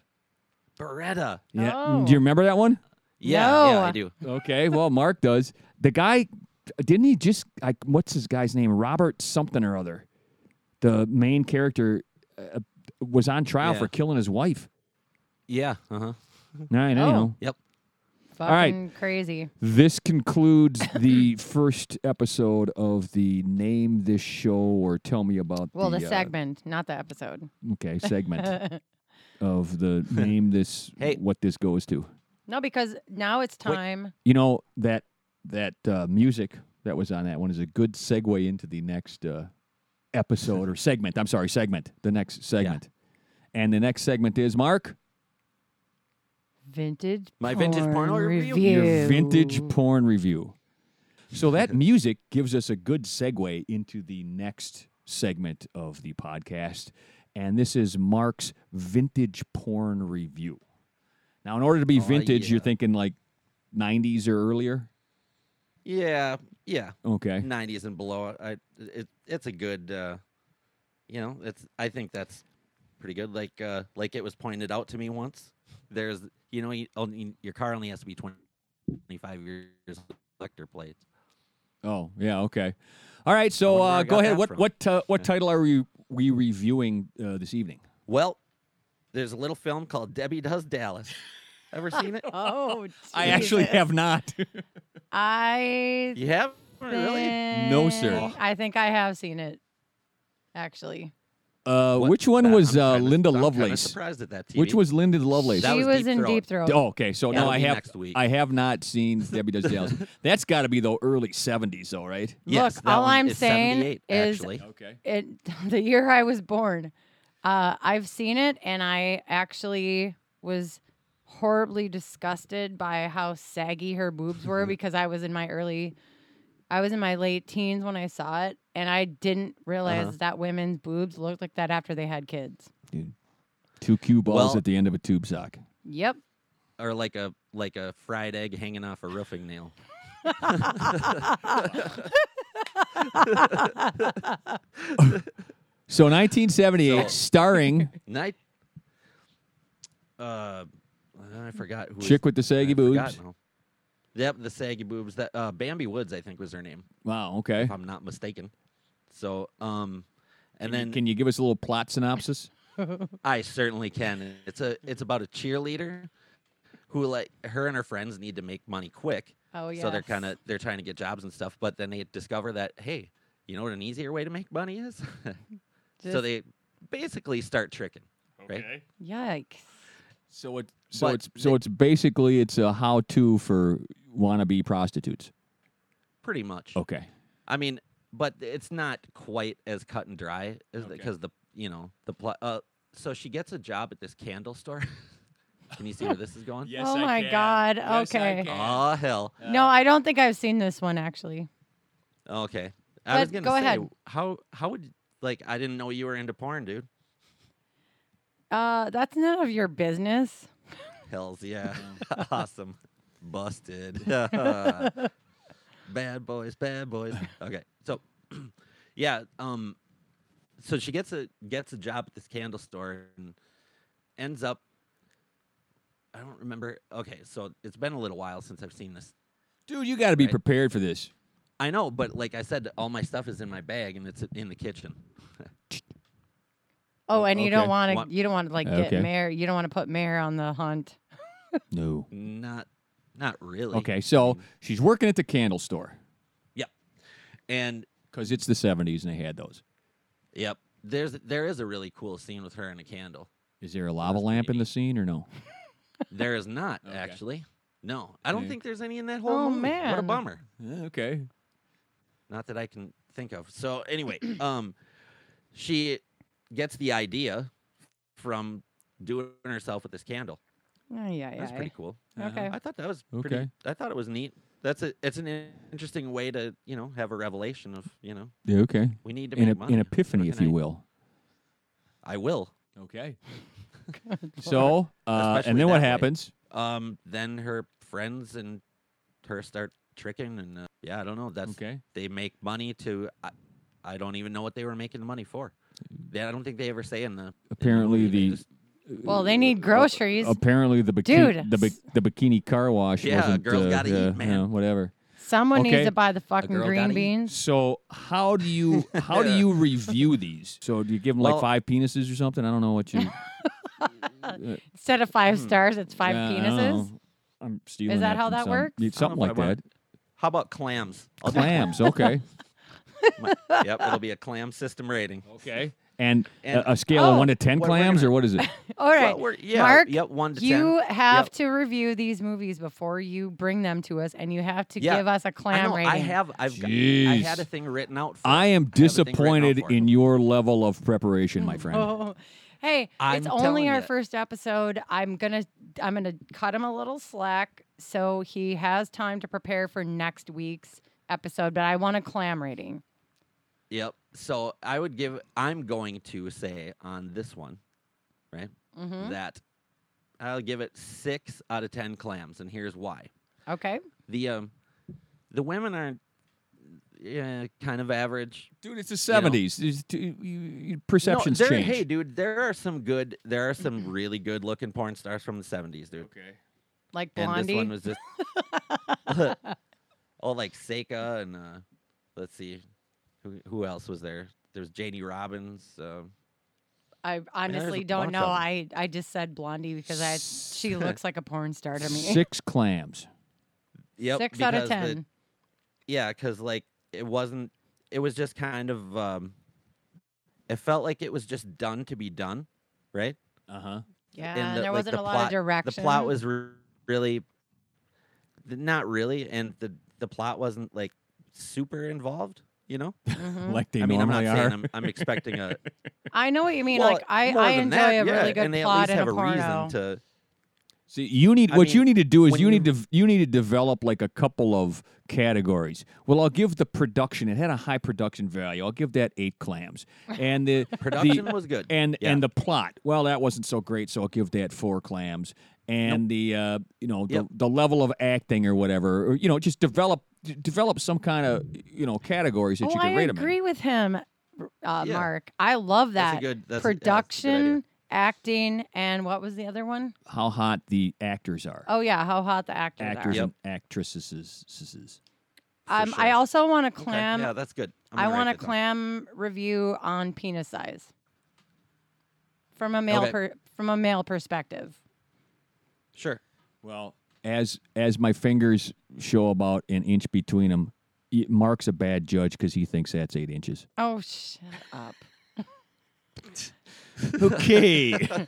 Speaker 3: Beretta.
Speaker 4: Yeah,
Speaker 2: Oh.
Speaker 4: do you remember that one?
Speaker 3: Yeah, yeah, I
Speaker 2: No.
Speaker 3: do.
Speaker 4: Okay, well, Mark does. The guy, didn't he just like what's his guy's name? Robert something or other. The main character uh, was on trial
Speaker 3: Yeah.
Speaker 4: for killing his wife.
Speaker 3: Yeah. Uh huh.
Speaker 4: All right,
Speaker 2: Oh.
Speaker 4: anyhow,
Speaker 3: Yep.
Speaker 2: Fucking
Speaker 4: right.
Speaker 2: crazy.
Speaker 4: this concludes the first episode of the name this show or tell me about.
Speaker 2: Well, the,
Speaker 4: uh,
Speaker 2: segment, not the episode.
Speaker 4: okay segment of the name this
Speaker 3: Hey.
Speaker 4: what this goes to.
Speaker 2: No, because now it's time.
Speaker 4: You know that that uh, music that was on that one is a good segue into the next uh, episode or segment. I'm sorry, segment. The next segment, and the next segment is Mark
Speaker 2: Vintage.
Speaker 3: My vintage porno review?
Speaker 4: your vintage porn review. So that music gives us a good segue into the next segment of the podcast, and this is Mark's vintage porn review. Now, in order to be
Speaker 3: Aw,
Speaker 4: vintage, you're
Speaker 3: yeah.
Speaker 4: thinking like 90s or earlier.
Speaker 3: Yeah. Yeah.
Speaker 4: Okay.
Speaker 3: Nineties and below. I. It, it's a good. Uh, you know. It's. I think that's pretty good. Like. Uh, like it was pointed out to me once. There's. You know. You, only, your car only has to be twenty-five years with collector plates.
Speaker 4: Oh yeah, okay. All right, so
Speaker 3: wonder where
Speaker 4: uh,
Speaker 3: I
Speaker 4: go
Speaker 3: got
Speaker 4: ahead.
Speaker 3: that
Speaker 4: What
Speaker 3: from.
Speaker 4: what uh, what title are we we reviewing uh, this evening?
Speaker 3: Well, there's a little film called Debbie Does Dallas. Ever seen it?
Speaker 2: Oh,
Speaker 4: I actually
Speaker 2: Jesus.
Speaker 4: have not.
Speaker 2: I
Speaker 3: You have really?
Speaker 4: No, sir.
Speaker 2: think- I think I have seen it. Actually,
Speaker 4: Uh,
Speaker 3: What-
Speaker 4: which one
Speaker 3: I'm
Speaker 4: was uh,
Speaker 3: kinda-
Speaker 4: Linda
Speaker 3: I'm kinda
Speaker 4: Lovelace?
Speaker 3: surprised at that. TV.
Speaker 4: Which was Linda Lovelace?
Speaker 3: That
Speaker 2: she
Speaker 3: was
Speaker 2: was
Speaker 3: Deep
Speaker 2: in
Speaker 3: Throat.
Speaker 2: Deep Throat.
Speaker 4: Oh, okay. So no,
Speaker 3: That'll
Speaker 4: I
Speaker 3: be
Speaker 4: have
Speaker 3: next week.
Speaker 4: I have not seen Debbie Does Dallas. That's got to be the early seventies, though, right?
Speaker 3: Yes,
Speaker 2: Look,
Speaker 3: that
Speaker 2: all
Speaker 3: one
Speaker 2: I'm
Speaker 3: is
Speaker 2: saying
Speaker 3: 78,
Speaker 2: is-
Speaker 3: actually.
Speaker 4: Okay.
Speaker 2: It the year I was born. Uh, I've seen it, and I actually was horribly disgusted by how saggy her boobs
Speaker 3: Mm-hmm.
Speaker 2: were because I was in my early, I was in my late teens when I saw it, and I didn't realize
Speaker 3: Uh-huh.
Speaker 2: that women's boobs looked like that after they had kids.
Speaker 4: Two cue balls
Speaker 3: Well-
Speaker 4: at the end of a tube sock.
Speaker 2: Yep.
Speaker 3: or like a like a fried egg hanging off a roofing nail.
Speaker 4: So 1978,
Speaker 3: So-
Speaker 4: starring
Speaker 3: Night. Uh, I forgot who. was-
Speaker 4: chick with the saggy
Speaker 3: I forgot
Speaker 4: boobs.
Speaker 3: now. Yep, the saggy boobs. That uh, Bambi Woods, I think, was her name,
Speaker 4: Wow. Okay.
Speaker 3: if I'm not mistaken. So, um, And then
Speaker 4: Can you give us a little plot synopsis?
Speaker 3: I certainly can. It's a it's about a cheerleader who like her and her friends need to make money quick.
Speaker 2: Oh yeah.
Speaker 3: So they're kind of they're trying to get jobs and stuff, but then they discover that hey, you know what an easier way to make money is? so
Speaker 2: Just-
Speaker 3: they basically start tricking. Right.
Speaker 8: Okay.
Speaker 2: Yikes.
Speaker 4: So it
Speaker 3: so
Speaker 4: so
Speaker 3: But
Speaker 4: it's
Speaker 3: it's-
Speaker 4: so
Speaker 3: the-
Speaker 4: it's basically it's a how to for wannabe prostitutes.
Speaker 3: Pretty much.
Speaker 4: Okay.
Speaker 3: I mean, but it's not quite as cut and dry as
Speaker 8: Okay.
Speaker 3: because the you know the pl- uh, so she gets a job at this candle store. can you see where this is going?
Speaker 8: Yes,
Speaker 2: Oh
Speaker 8: I
Speaker 2: my
Speaker 8: can.
Speaker 2: God,
Speaker 8: Yes, I
Speaker 2: okay.
Speaker 8: can.
Speaker 3: Oh hell.
Speaker 2: no, I don't think I've seen this one actually.
Speaker 3: Okay. I
Speaker 2: But
Speaker 3: was gonna
Speaker 2: go
Speaker 3: say
Speaker 2: ahead.
Speaker 3: how how would like I didn't know you were into porn, dude.
Speaker 2: Uh, that's none of your business.
Speaker 3: Hells yeah. awesome. Busted. bad boys, bad boys. Okay. So yeah, um so she gets a gets a job at this candle store and ends up I don't remember. Okay, so it's been a little while since I've seen this.
Speaker 4: Dude, you got to be
Speaker 3: Right.
Speaker 4: prepared for this.
Speaker 3: I know, but like I said, all my stuff is in my bag and it's in the kitchen.
Speaker 2: Oh, and you don't
Speaker 4: okay.
Speaker 2: want
Speaker 3: Want-
Speaker 2: to. You don't want to like
Speaker 4: Okay.
Speaker 2: get mayor. You don't want to put mayor on the hunt.
Speaker 4: No.
Speaker 3: Not not really.
Speaker 4: Okay, so she's working at the candle store
Speaker 3: And
Speaker 4: because it's the '70s and they had those.
Speaker 3: yep, there's there is a really cool scene with her and a candle.
Speaker 4: Is there a lava lamp in the scene or no?
Speaker 3: There is not
Speaker 4: Okay.
Speaker 3: actually. No, I don't
Speaker 4: Yeah.
Speaker 3: think there's any in that whole
Speaker 2: Oh,
Speaker 3: movie. What a
Speaker 2: man.
Speaker 3: bummer.
Speaker 4: okay.
Speaker 3: Not that I can think of. So anyway, um, she gets the idea from doing herself with this candle.
Speaker 2: Yeah, yeah,
Speaker 3: That's pretty cool.
Speaker 2: Okay.
Speaker 3: I thought that was pretty.
Speaker 4: Okay.
Speaker 3: I thought it was neat. That's a. It's an in- interesting way to you know have a revelation of you know
Speaker 4: Yeah, okay.
Speaker 3: we need to
Speaker 4: An,
Speaker 3: make
Speaker 4: ep-
Speaker 3: money.
Speaker 4: an
Speaker 3: What
Speaker 4: epiphany, if
Speaker 3: can
Speaker 4: you
Speaker 3: I-
Speaker 4: will.
Speaker 3: I will.
Speaker 4: Okay. so, uh,
Speaker 3: Especially
Speaker 4: and then what
Speaker 3: that way.
Speaker 4: happens?
Speaker 3: Um, then her friends and her start tricking, and uh, yeah, I don't know. That's
Speaker 4: Okay.
Speaker 3: they make money to. I, I don't even know what they were making the money for. They, I don't think they ever say in the. in the
Speaker 4: Apparently
Speaker 3: movie,
Speaker 4: the-
Speaker 3: they just-
Speaker 2: Well, they need groceries.
Speaker 4: Apparently, the bikini,
Speaker 2: Dude.
Speaker 4: the, bi- the bikini car wash.
Speaker 3: Yeah,
Speaker 4: wasn't,
Speaker 3: girls
Speaker 4: uh,
Speaker 3: gotta eat,
Speaker 4: uh,
Speaker 3: man.
Speaker 4: you know, whatever.
Speaker 2: Someone
Speaker 4: okay.
Speaker 2: needs to buy the fucking
Speaker 3: girl
Speaker 2: green
Speaker 3: gotta eat.
Speaker 2: beans.
Speaker 4: So how do you how do
Speaker 3: Yeah.
Speaker 4: you review these? So do you give them like
Speaker 3: Well-
Speaker 4: five penises or something? I don't know what you.
Speaker 2: Instead of five
Speaker 3: Hmm.
Speaker 2: stars, it's five
Speaker 4: Yeah, I don't
Speaker 2: penises.
Speaker 4: know. I'm
Speaker 2: that
Speaker 4: stealing. that
Speaker 2: how
Speaker 4: from
Speaker 2: that
Speaker 4: some-
Speaker 2: works? I
Speaker 4: yeah,
Speaker 2: don't
Speaker 4: Something
Speaker 3: know if
Speaker 4: like
Speaker 3: I want
Speaker 4: that.
Speaker 3: how about clams? I'll do
Speaker 4: Clams. Okay.
Speaker 3: clam- yep, it'll be a clam system rating.
Speaker 4: okay. And,
Speaker 3: And-
Speaker 4: a, a scale of
Speaker 2: Oh,
Speaker 4: one to ten
Speaker 3: what we're
Speaker 4: clams,
Speaker 3: gonna-
Speaker 4: or what is it?
Speaker 2: All right,
Speaker 3: Well, we're, yeah,
Speaker 2: Mark,
Speaker 3: yep, one to
Speaker 2: you
Speaker 3: ten.
Speaker 2: have
Speaker 3: Yep.
Speaker 2: to review these movies before you bring them to us, and you have to
Speaker 3: Yeah.
Speaker 2: give us a
Speaker 3: I
Speaker 2: clam
Speaker 3: know,
Speaker 2: rating.
Speaker 3: I have. I've. Got, I
Speaker 4: Jeez.
Speaker 3: had a thing written out. For
Speaker 4: I
Speaker 3: it.
Speaker 4: am
Speaker 3: have a thing written out
Speaker 4: disappointed
Speaker 3: for it.
Speaker 4: in your level of preparation, my friend.
Speaker 2: Oh. Hey,
Speaker 3: I'm
Speaker 2: it's only
Speaker 3: telling
Speaker 2: our
Speaker 3: ya.
Speaker 2: first episode. I'm gonna I'm gonna cut him a little slack so he has time to prepare for next week's episode. But I want a clam rating.
Speaker 3: Yep. So I would give. I'm going to say on this one
Speaker 2: hmm
Speaker 3: that I'll give it six out of ten clams, and here's why.
Speaker 2: Okay.
Speaker 3: The um, the women are, yeah, kind of average.
Speaker 4: Dude, it's the
Speaker 3: '70s.
Speaker 4: '70s.
Speaker 3: No,
Speaker 4: Perceptions
Speaker 3: there-
Speaker 4: change.
Speaker 3: Hey, dude, there are some good. There are some really good looking porn stars from the '70s, dude.
Speaker 8: Okay.
Speaker 2: Like
Speaker 3: And this
Speaker 2: Blondie.
Speaker 3: one was just. oh, like Seika and uh, let's see, who who else was there? There was Janie Robbins. Um,
Speaker 2: I
Speaker 3: there's
Speaker 2: honestly
Speaker 3: a
Speaker 2: don't
Speaker 3: bunch of
Speaker 2: know.
Speaker 3: 'em.
Speaker 2: I, I just said Blondie because I she looks like a porn star to me.
Speaker 4: Six clams.
Speaker 3: yep.
Speaker 2: Six out of
Speaker 3: because the-
Speaker 2: ten.
Speaker 3: yeah because like it wasn't it was just kind of um it felt like it was just done to be done right
Speaker 4: Uh huh.
Speaker 2: yeah,
Speaker 3: the-
Speaker 2: and there
Speaker 3: like,
Speaker 2: wasn't
Speaker 3: the
Speaker 2: a lot
Speaker 3: plot-
Speaker 2: of direction.
Speaker 3: the plot was re- really th- not really and the the plot wasn't like super involved you know
Speaker 2: Mhm.
Speaker 4: Like they
Speaker 3: Mm-hmm. i mean i'm not
Speaker 4: normally
Speaker 3: saying
Speaker 4: are.
Speaker 3: I'm, I'm expecting a
Speaker 2: I know what you mean.
Speaker 3: well,
Speaker 2: like I,
Speaker 3: more
Speaker 2: I
Speaker 3: than
Speaker 2: enjoy
Speaker 3: that,
Speaker 2: a really
Speaker 3: yeah,
Speaker 2: good
Speaker 3: and they
Speaker 2: plot
Speaker 3: at least have
Speaker 2: in a
Speaker 3: a
Speaker 2: porno.
Speaker 3: reason to
Speaker 4: See, you need
Speaker 3: I
Speaker 4: what you
Speaker 3: mean,
Speaker 4: need to do is
Speaker 3: when
Speaker 4: you
Speaker 3: you-
Speaker 4: need to v- you need to develop like a couple of categories. Well, I'll give the production; it had a high production value. I'll give that eight clams, and the the-
Speaker 3: production was good
Speaker 4: and
Speaker 3: yeah.
Speaker 4: and the plot. Well, that wasn't so great, so I'll give that four clams. And the uh, you know the,
Speaker 3: Yep.
Speaker 4: the level of acting or whatever, or, you know, just develop d- develop some kind of you know categories that
Speaker 2: oh,
Speaker 4: you can
Speaker 2: I
Speaker 4: rate
Speaker 2: agree with him, r- uh,
Speaker 3: Yeah.
Speaker 2: Mark. I love
Speaker 3: That's
Speaker 2: that
Speaker 3: a good- that's a- yeah, that's a good idea.
Speaker 2: production, acting, and what was the other one?
Speaker 4: them. How hot the actors are,
Speaker 2: Oh yeah, how hot the actors,
Speaker 4: actors
Speaker 2: are.
Speaker 3: Yep.
Speaker 4: and actresses.
Speaker 2: Um,
Speaker 3: sure.
Speaker 2: I also want a
Speaker 3: Okay,
Speaker 2: clam.
Speaker 3: Yeah, that's good. I'm
Speaker 2: I
Speaker 3: gonna
Speaker 2: want a
Speaker 3: write that down.
Speaker 2: clam review on penis size from a male
Speaker 3: Okay.
Speaker 2: per, from a male perspective.
Speaker 3: Sure.
Speaker 5: Well,
Speaker 4: as as my fingers show about an inch between them, Mark's a bad judge because he thinks that's eight inches.
Speaker 2: Oh, shut up!
Speaker 5: okay. is
Speaker 3: yeah,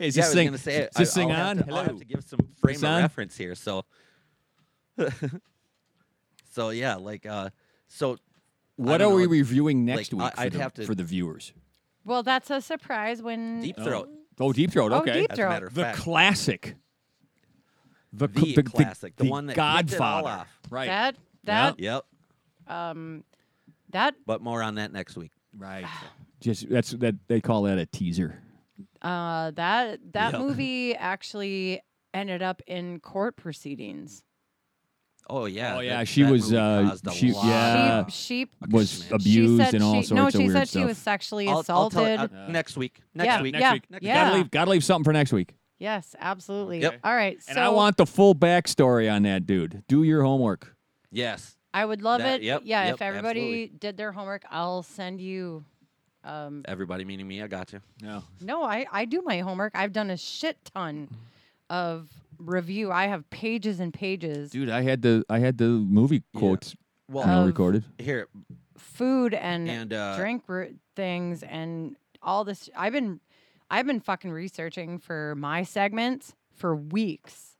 Speaker 5: this
Speaker 3: I was
Speaker 5: thing,
Speaker 3: gonna say
Speaker 5: is this
Speaker 3: I, I'll
Speaker 5: thing on?
Speaker 3: Have to, I'll have
Speaker 5: Hello.
Speaker 3: to give some frame of
Speaker 5: on?
Speaker 3: reference here. So, so yeah, like uh, so
Speaker 4: What
Speaker 3: don't
Speaker 4: are
Speaker 3: know,
Speaker 4: we
Speaker 3: it's
Speaker 4: reviewing next
Speaker 3: like,
Speaker 4: week
Speaker 3: I-
Speaker 4: for,
Speaker 3: I'd
Speaker 4: the,
Speaker 3: have to-
Speaker 4: for the viewers?
Speaker 2: Well, that's a surprise when
Speaker 3: Deep throat.
Speaker 4: Oh, deep throat.
Speaker 2: Oh,
Speaker 4: Okay,
Speaker 2: Deep
Speaker 3: As a
Speaker 2: Throat.
Speaker 3: matter of
Speaker 5: The
Speaker 3: fact,
Speaker 5: classic.
Speaker 4: the,
Speaker 3: the classic, the, one that kicked it all
Speaker 4: Godfather.
Speaker 3: off.
Speaker 4: Right,
Speaker 2: that that
Speaker 3: Yep.
Speaker 2: um that
Speaker 3: But more on that next week.
Speaker 4: right.
Speaker 5: Just that's that they call that a teaser.
Speaker 2: uh that that
Speaker 3: Yep.
Speaker 2: movie actually ended up in court proceedings.
Speaker 3: Oh yeah.
Speaker 5: Oh, yeah,
Speaker 3: that-
Speaker 5: she
Speaker 3: that
Speaker 5: was,
Speaker 3: movie
Speaker 5: uh,
Speaker 3: caused a
Speaker 5: she-
Speaker 3: lot
Speaker 5: yeah.
Speaker 3: of-
Speaker 2: she she
Speaker 5: Was
Speaker 3: man.
Speaker 2: she
Speaker 5: abused
Speaker 2: said
Speaker 5: and all
Speaker 2: she,
Speaker 5: sorts
Speaker 2: no,
Speaker 5: of
Speaker 2: she
Speaker 5: weird
Speaker 2: said
Speaker 5: stuff.
Speaker 2: she was sexually
Speaker 3: I'll, I'll
Speaker 2: assaulted.
Speaker 3: tell you, uh, next week. Next
Speaker 2: yeah,
Speaker 3: week.
Speaker 2: yeah,
Speaker 5: week.
Speaker 3: Next week.
Speaker 2: yeah.
Speaker 4: Gotta leave. Gotta leave something for next week.
Speaker 2: Yes, absolutely.
Speaker 3: Yep.
Speaker 2: All right, so
Speaker 4: And I want the full backstory on that dude. Do your homework.
Speaker 3: Yes.
Speaker 2: I would love
Speaker 3: That-
Speaker 2: it.
Speaker 3: yep,
Speaker 2: yeah,
Speaker 3: yep,
Speaker 2: if everybody
Speaker 3: absolutely.
Speaker 2: did their homework, I'll send you. Um,
Speaker 3: Everybody meaning me. I got you.
Speaker 4: No.
Speaker 2: no, I, I do my homework. I've done a shit ton of review. I have pages and pages.
Speaker 4: Dude, I had the I had the movie
Speaker 3: Yeah.
Speaker 4: quotes
Speaker 3: Well,
Speaker 4: now
Speaker 2: Of-
Speaker 4: recorded.
Speaker 3: here
Speaker 2: Food and,
Speaker 3: and uh,
Speaker 2: Oh, drink r- things and all this. I've been I've been fucking researching for my segments for weeks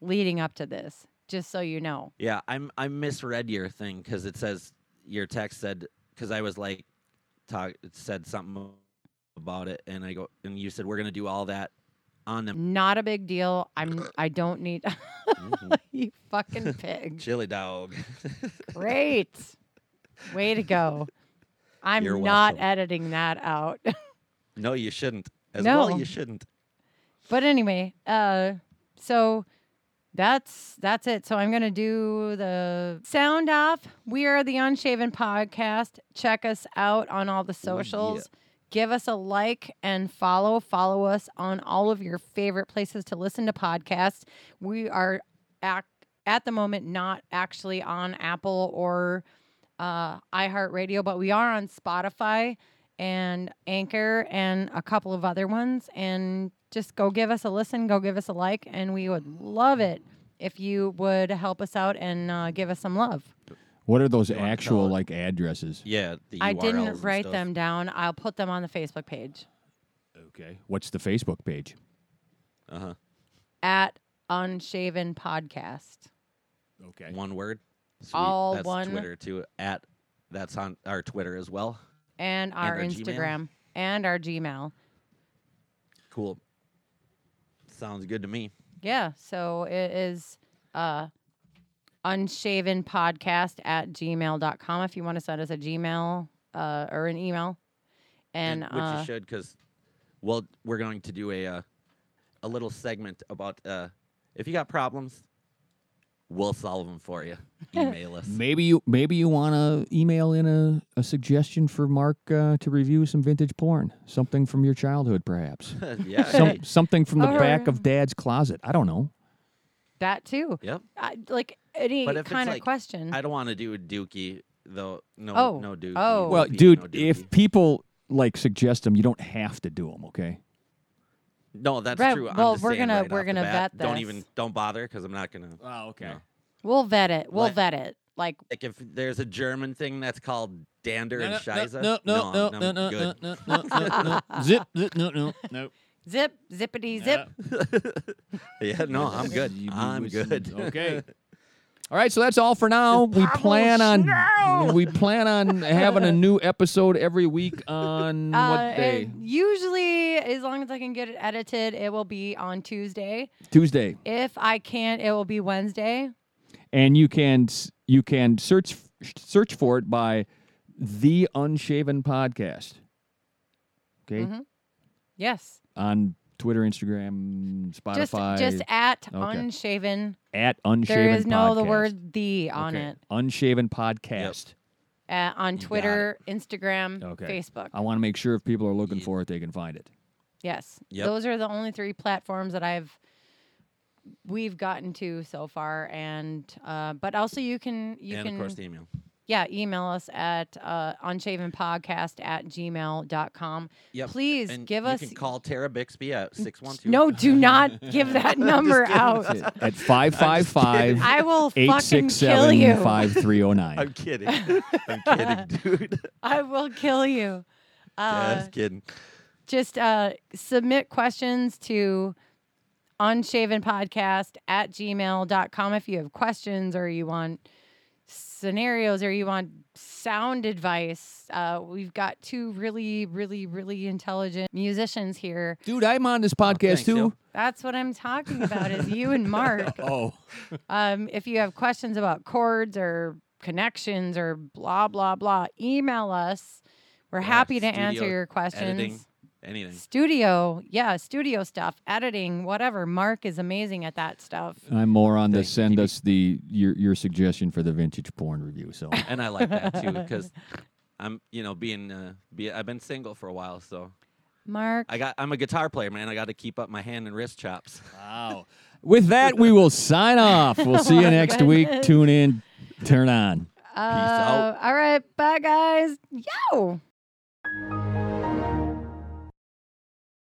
Speaker 2: leading up to this. Just so you know.
Speaker 3: Yeah, I'm I misread your thing because it says your text said because I was like, talk it said something about it, and I go and you said we're gonna do all that on them.
Speaker 2: Not a big deal. I'm I don't need
Speaker 3: Mm-hmm.
Speaker 2: you fucking pig.
Speaker 3: Chili dog.
Speaker 2: Great. Way to go. I'm
Speaker 3: You're
Speaker 2: not
Speaker 3: welcome.
Speaker 2: editing that out.
Speaker 3: no, you shouldn't. As well,
Speaker 2: No.
Speaker 3: you shouldn't.
Speaker 2: but anyway, uh so that's that's it. So I'm going to do the sound off. We are the Unshaven podcast. Check us out on all the socials. Give us a like and follow. Follow us on all of your favorite places to listen to podcasts. We are act at the moment not actually on Apple or uh, iHeartRadio, but we are on Spotify and Anchor and a couple of other ones. And just go give us a listen, go give us a like, and we would love it if you would help us out and uh, give us some love.
Speaker 4: What are those
Speaker 3: You wanna tell
Speaker 4: actual
Speaker 3: it?
Speaker 4: like addresses?
Speaker 3: Yeah, the
Speaker 2: I
Speaker 3: URLs
Speaker 2: didn't
Speaker 3: and
Speaker 2: write
Speaker 3: stuff.
Speaker 2: them down. I'll put them on the Facebook page
Speaker 4: Okay. What's the Facebook page?
Speaker 3: Uh-huh.
Speaker 2: at Unshaven Podcast.
Speaker 4: Okay.
Speaker 3: One word. Sweet.
Speaker 2: All
Speaker 3: that's
Speaker 2: one-
Speaker 3: Twitter too. At that's on our Twitter as well.
Speaker 2: and our,
Speaker 3: our Gmail.
Speaker 2: Instagram and our Gmail.
Speaker 3: Cool. Sounds good to me.
Speaker 2: Yeah, so it is uh unshaven podcast at gmail.com if you want to send us a Gmail uh, or an email. And,
Speaker 3: which
Speaker 2: uh,
Speaker 3: you should because well we're going to do a uh, a little segment about uh, if you got problems we'll solve them for you email us
Speaker 4: Maybe you maybe you want to email in a, a suggestion for Mark uh, to review some vintage porn, something from your childhood, perhaps.
Speaker 3: yeah hey,
Speaker 4: Some, something from the
Speaker 2: Or-
Speaker 4: back of Dad's closet. I don't know.
Speaker 2: that too.
Speaker 3: yep
Speaker 2: I, like any
Speaker 3: But
Speaker 2: kind
Speaker 3: if it's
Speaker 2: of
Speaker 3: like-
Speaker 2: question.
Speaker 3: i don't want to do a dookie though no
Speaker 2: Oh,
Speaker 3: no dookie
Speaker 2: oh.
Speaker 3: no
Speaker 4: Well,
Speaker 3: pee,
Speaker 4: dude,
Speaker 3: no dookie.
Speaker 4: if people like suggest them, you don't have to do them. Okay.
Speaker 3: no that's
Speaker 2: Right,
Speaker 3: true I'm
Speaker 2: well,
Speaker 3: just
Speaker 2: we're
Speaker 3: saying
Speaker 2: gonna-
Speaker 3: right
Speaker 2: we're
Speaker 3: off the
Speaker 2: gonna
Speaker 3: bat,
Speaker 2: vet
Speaker 3: don't
Speaker 2: this.
Speaker 3: even don't bother because i'm not gonna
Speaker 4: Oh,
Speaker 3: okay.
Speaker 2: we'll vet it. We'll
Speaker 3: Like-
Speaker 2: vet it. Like
Speaker 3: like if there's a german thing that's called dander and shiza
Speaker 4: no, no, no,
Speaker 3: I'm-
Speaker 4: no,
Speaker 3: I'm
Speaker 4: no,
Speaker 3: good.
Speaker 4: no, no, no, no, no. Zip, zip, no, no, no.
Speaker 2: zip, zippity zip.
Speaker 3: yeah no i'm good i'm good
Speaker 4: Okay. All right, so that's all for now. We plan on we plan on having a new episode every week on
Speaker 2: Uh,
Speaker 4: what
Speaker 2: it
Speaker 4: day?
Speaker 2: usually, as long as I can get it edited, it will be on Tuesday.
Speaker 4: Tuesday.
Speaker 2: If I can't, it will be Wednesday.
Speaker 4: And you can s- you can search search for it by the Unshaven Podcast. Okay,
Speaker 2: Mhm. Yes.
Speaker 4: on Twitter, Instagram, Spotify,
Speaker 2: Just, just at
Speaker 4: Okay.
Speaker 2: unshaven.
Speaker 4: at Unshaven.
Speaker 2: There is no the
Speaker 4: Podcast.
Speaker 2: word the on
Speaker 4: Okay.
Speaker 2: it
Speaker 4: Unshaven Podcast.
Speaker 2: uh, on
Speaker 3: got it.
Speaker 2: Twitter, Instagram,
Speaker 4: Okay.
Speaker 2: Facebook.
Speaker 4: I want to make sure if people are looking
Speaker 3: Ye-
Speaker 4: for it, they can find it.
Speaker 2: yes,
Speaker 3: Yep.
Speaker 2: those are the only three platforms that I've we've gotten to so far, and uh, but also you can you
Speaker 3: and
Speaker 2: can
Speaker 3: of course the email.
Speaker 2: yeah email us at uh, unshavenpodcast at gmail.com.
Speaker 3: Yep.
Speaker 2: Please
Speaker 3: and
Speaker 2: give
Speaker 3: you
Speaker 2: us
Speaker 3: can call Tara Bixby at six one two.
Speaker 2: no, do not give that number out.
Speaker 4: At 555
Speaker 2: I will fucking kill
Speaker 4: 867
Speaker 2: you.
Speaker 4: 5309.
Speaker 3: I'm kidding. I'm
Speaker 2: Uh,
Speaker 3: kidding, dude.
Speaker 2: I will kill you. Uh,
Speaker 3: Just kidding.
Speaker 2: just uh, submit questions to unshavenpodcast at gmail.com if you have questions or you want scenarios or you want sound advice. Uh, we've got two really, really, really intelligent musicians here.
Speaker 4: Dude, I'm on this
Speaker 3: Oh, thanks,
Speaker 4: podcast too.
Speaker 3: yo.
Speaker 2: That's what I'm talking about is you and Mark.
Speaker 4: Oh,
Speaker 2: Um, if you have questions about chords or connections or blah, blah, blah, email us. We're
Speaker 3: Yeah,
Speaker 2: happy to
Speaker 3: studio
Speaker 2: answer your questions
Speaker 3: Editing, anything.
Speaker 2: studio yeah studio stuff editing whatever mark is amazing at that stuff
Speaker 4: I'm more on to
Speaker 3: Thank
Speaker 4: send
Speaker 3: you.
Speaker 4: us the your your suggestion for the vintage porn review. So
Speaker 3: And I like that too because I'm, you know, being, uh, be, I've been single for a while, so
Speaker 2: mark
Speaker 3: I got, I'm a guitar player, man. I got to keep up my hand and wrist chops.
Speaker 4: wow. With that, we will sign off. We'll see you next week.
Speaker 2: goodness.
Speaker 4: Tune in. Turn on.
Speaker 2: uh, all right bye guys yo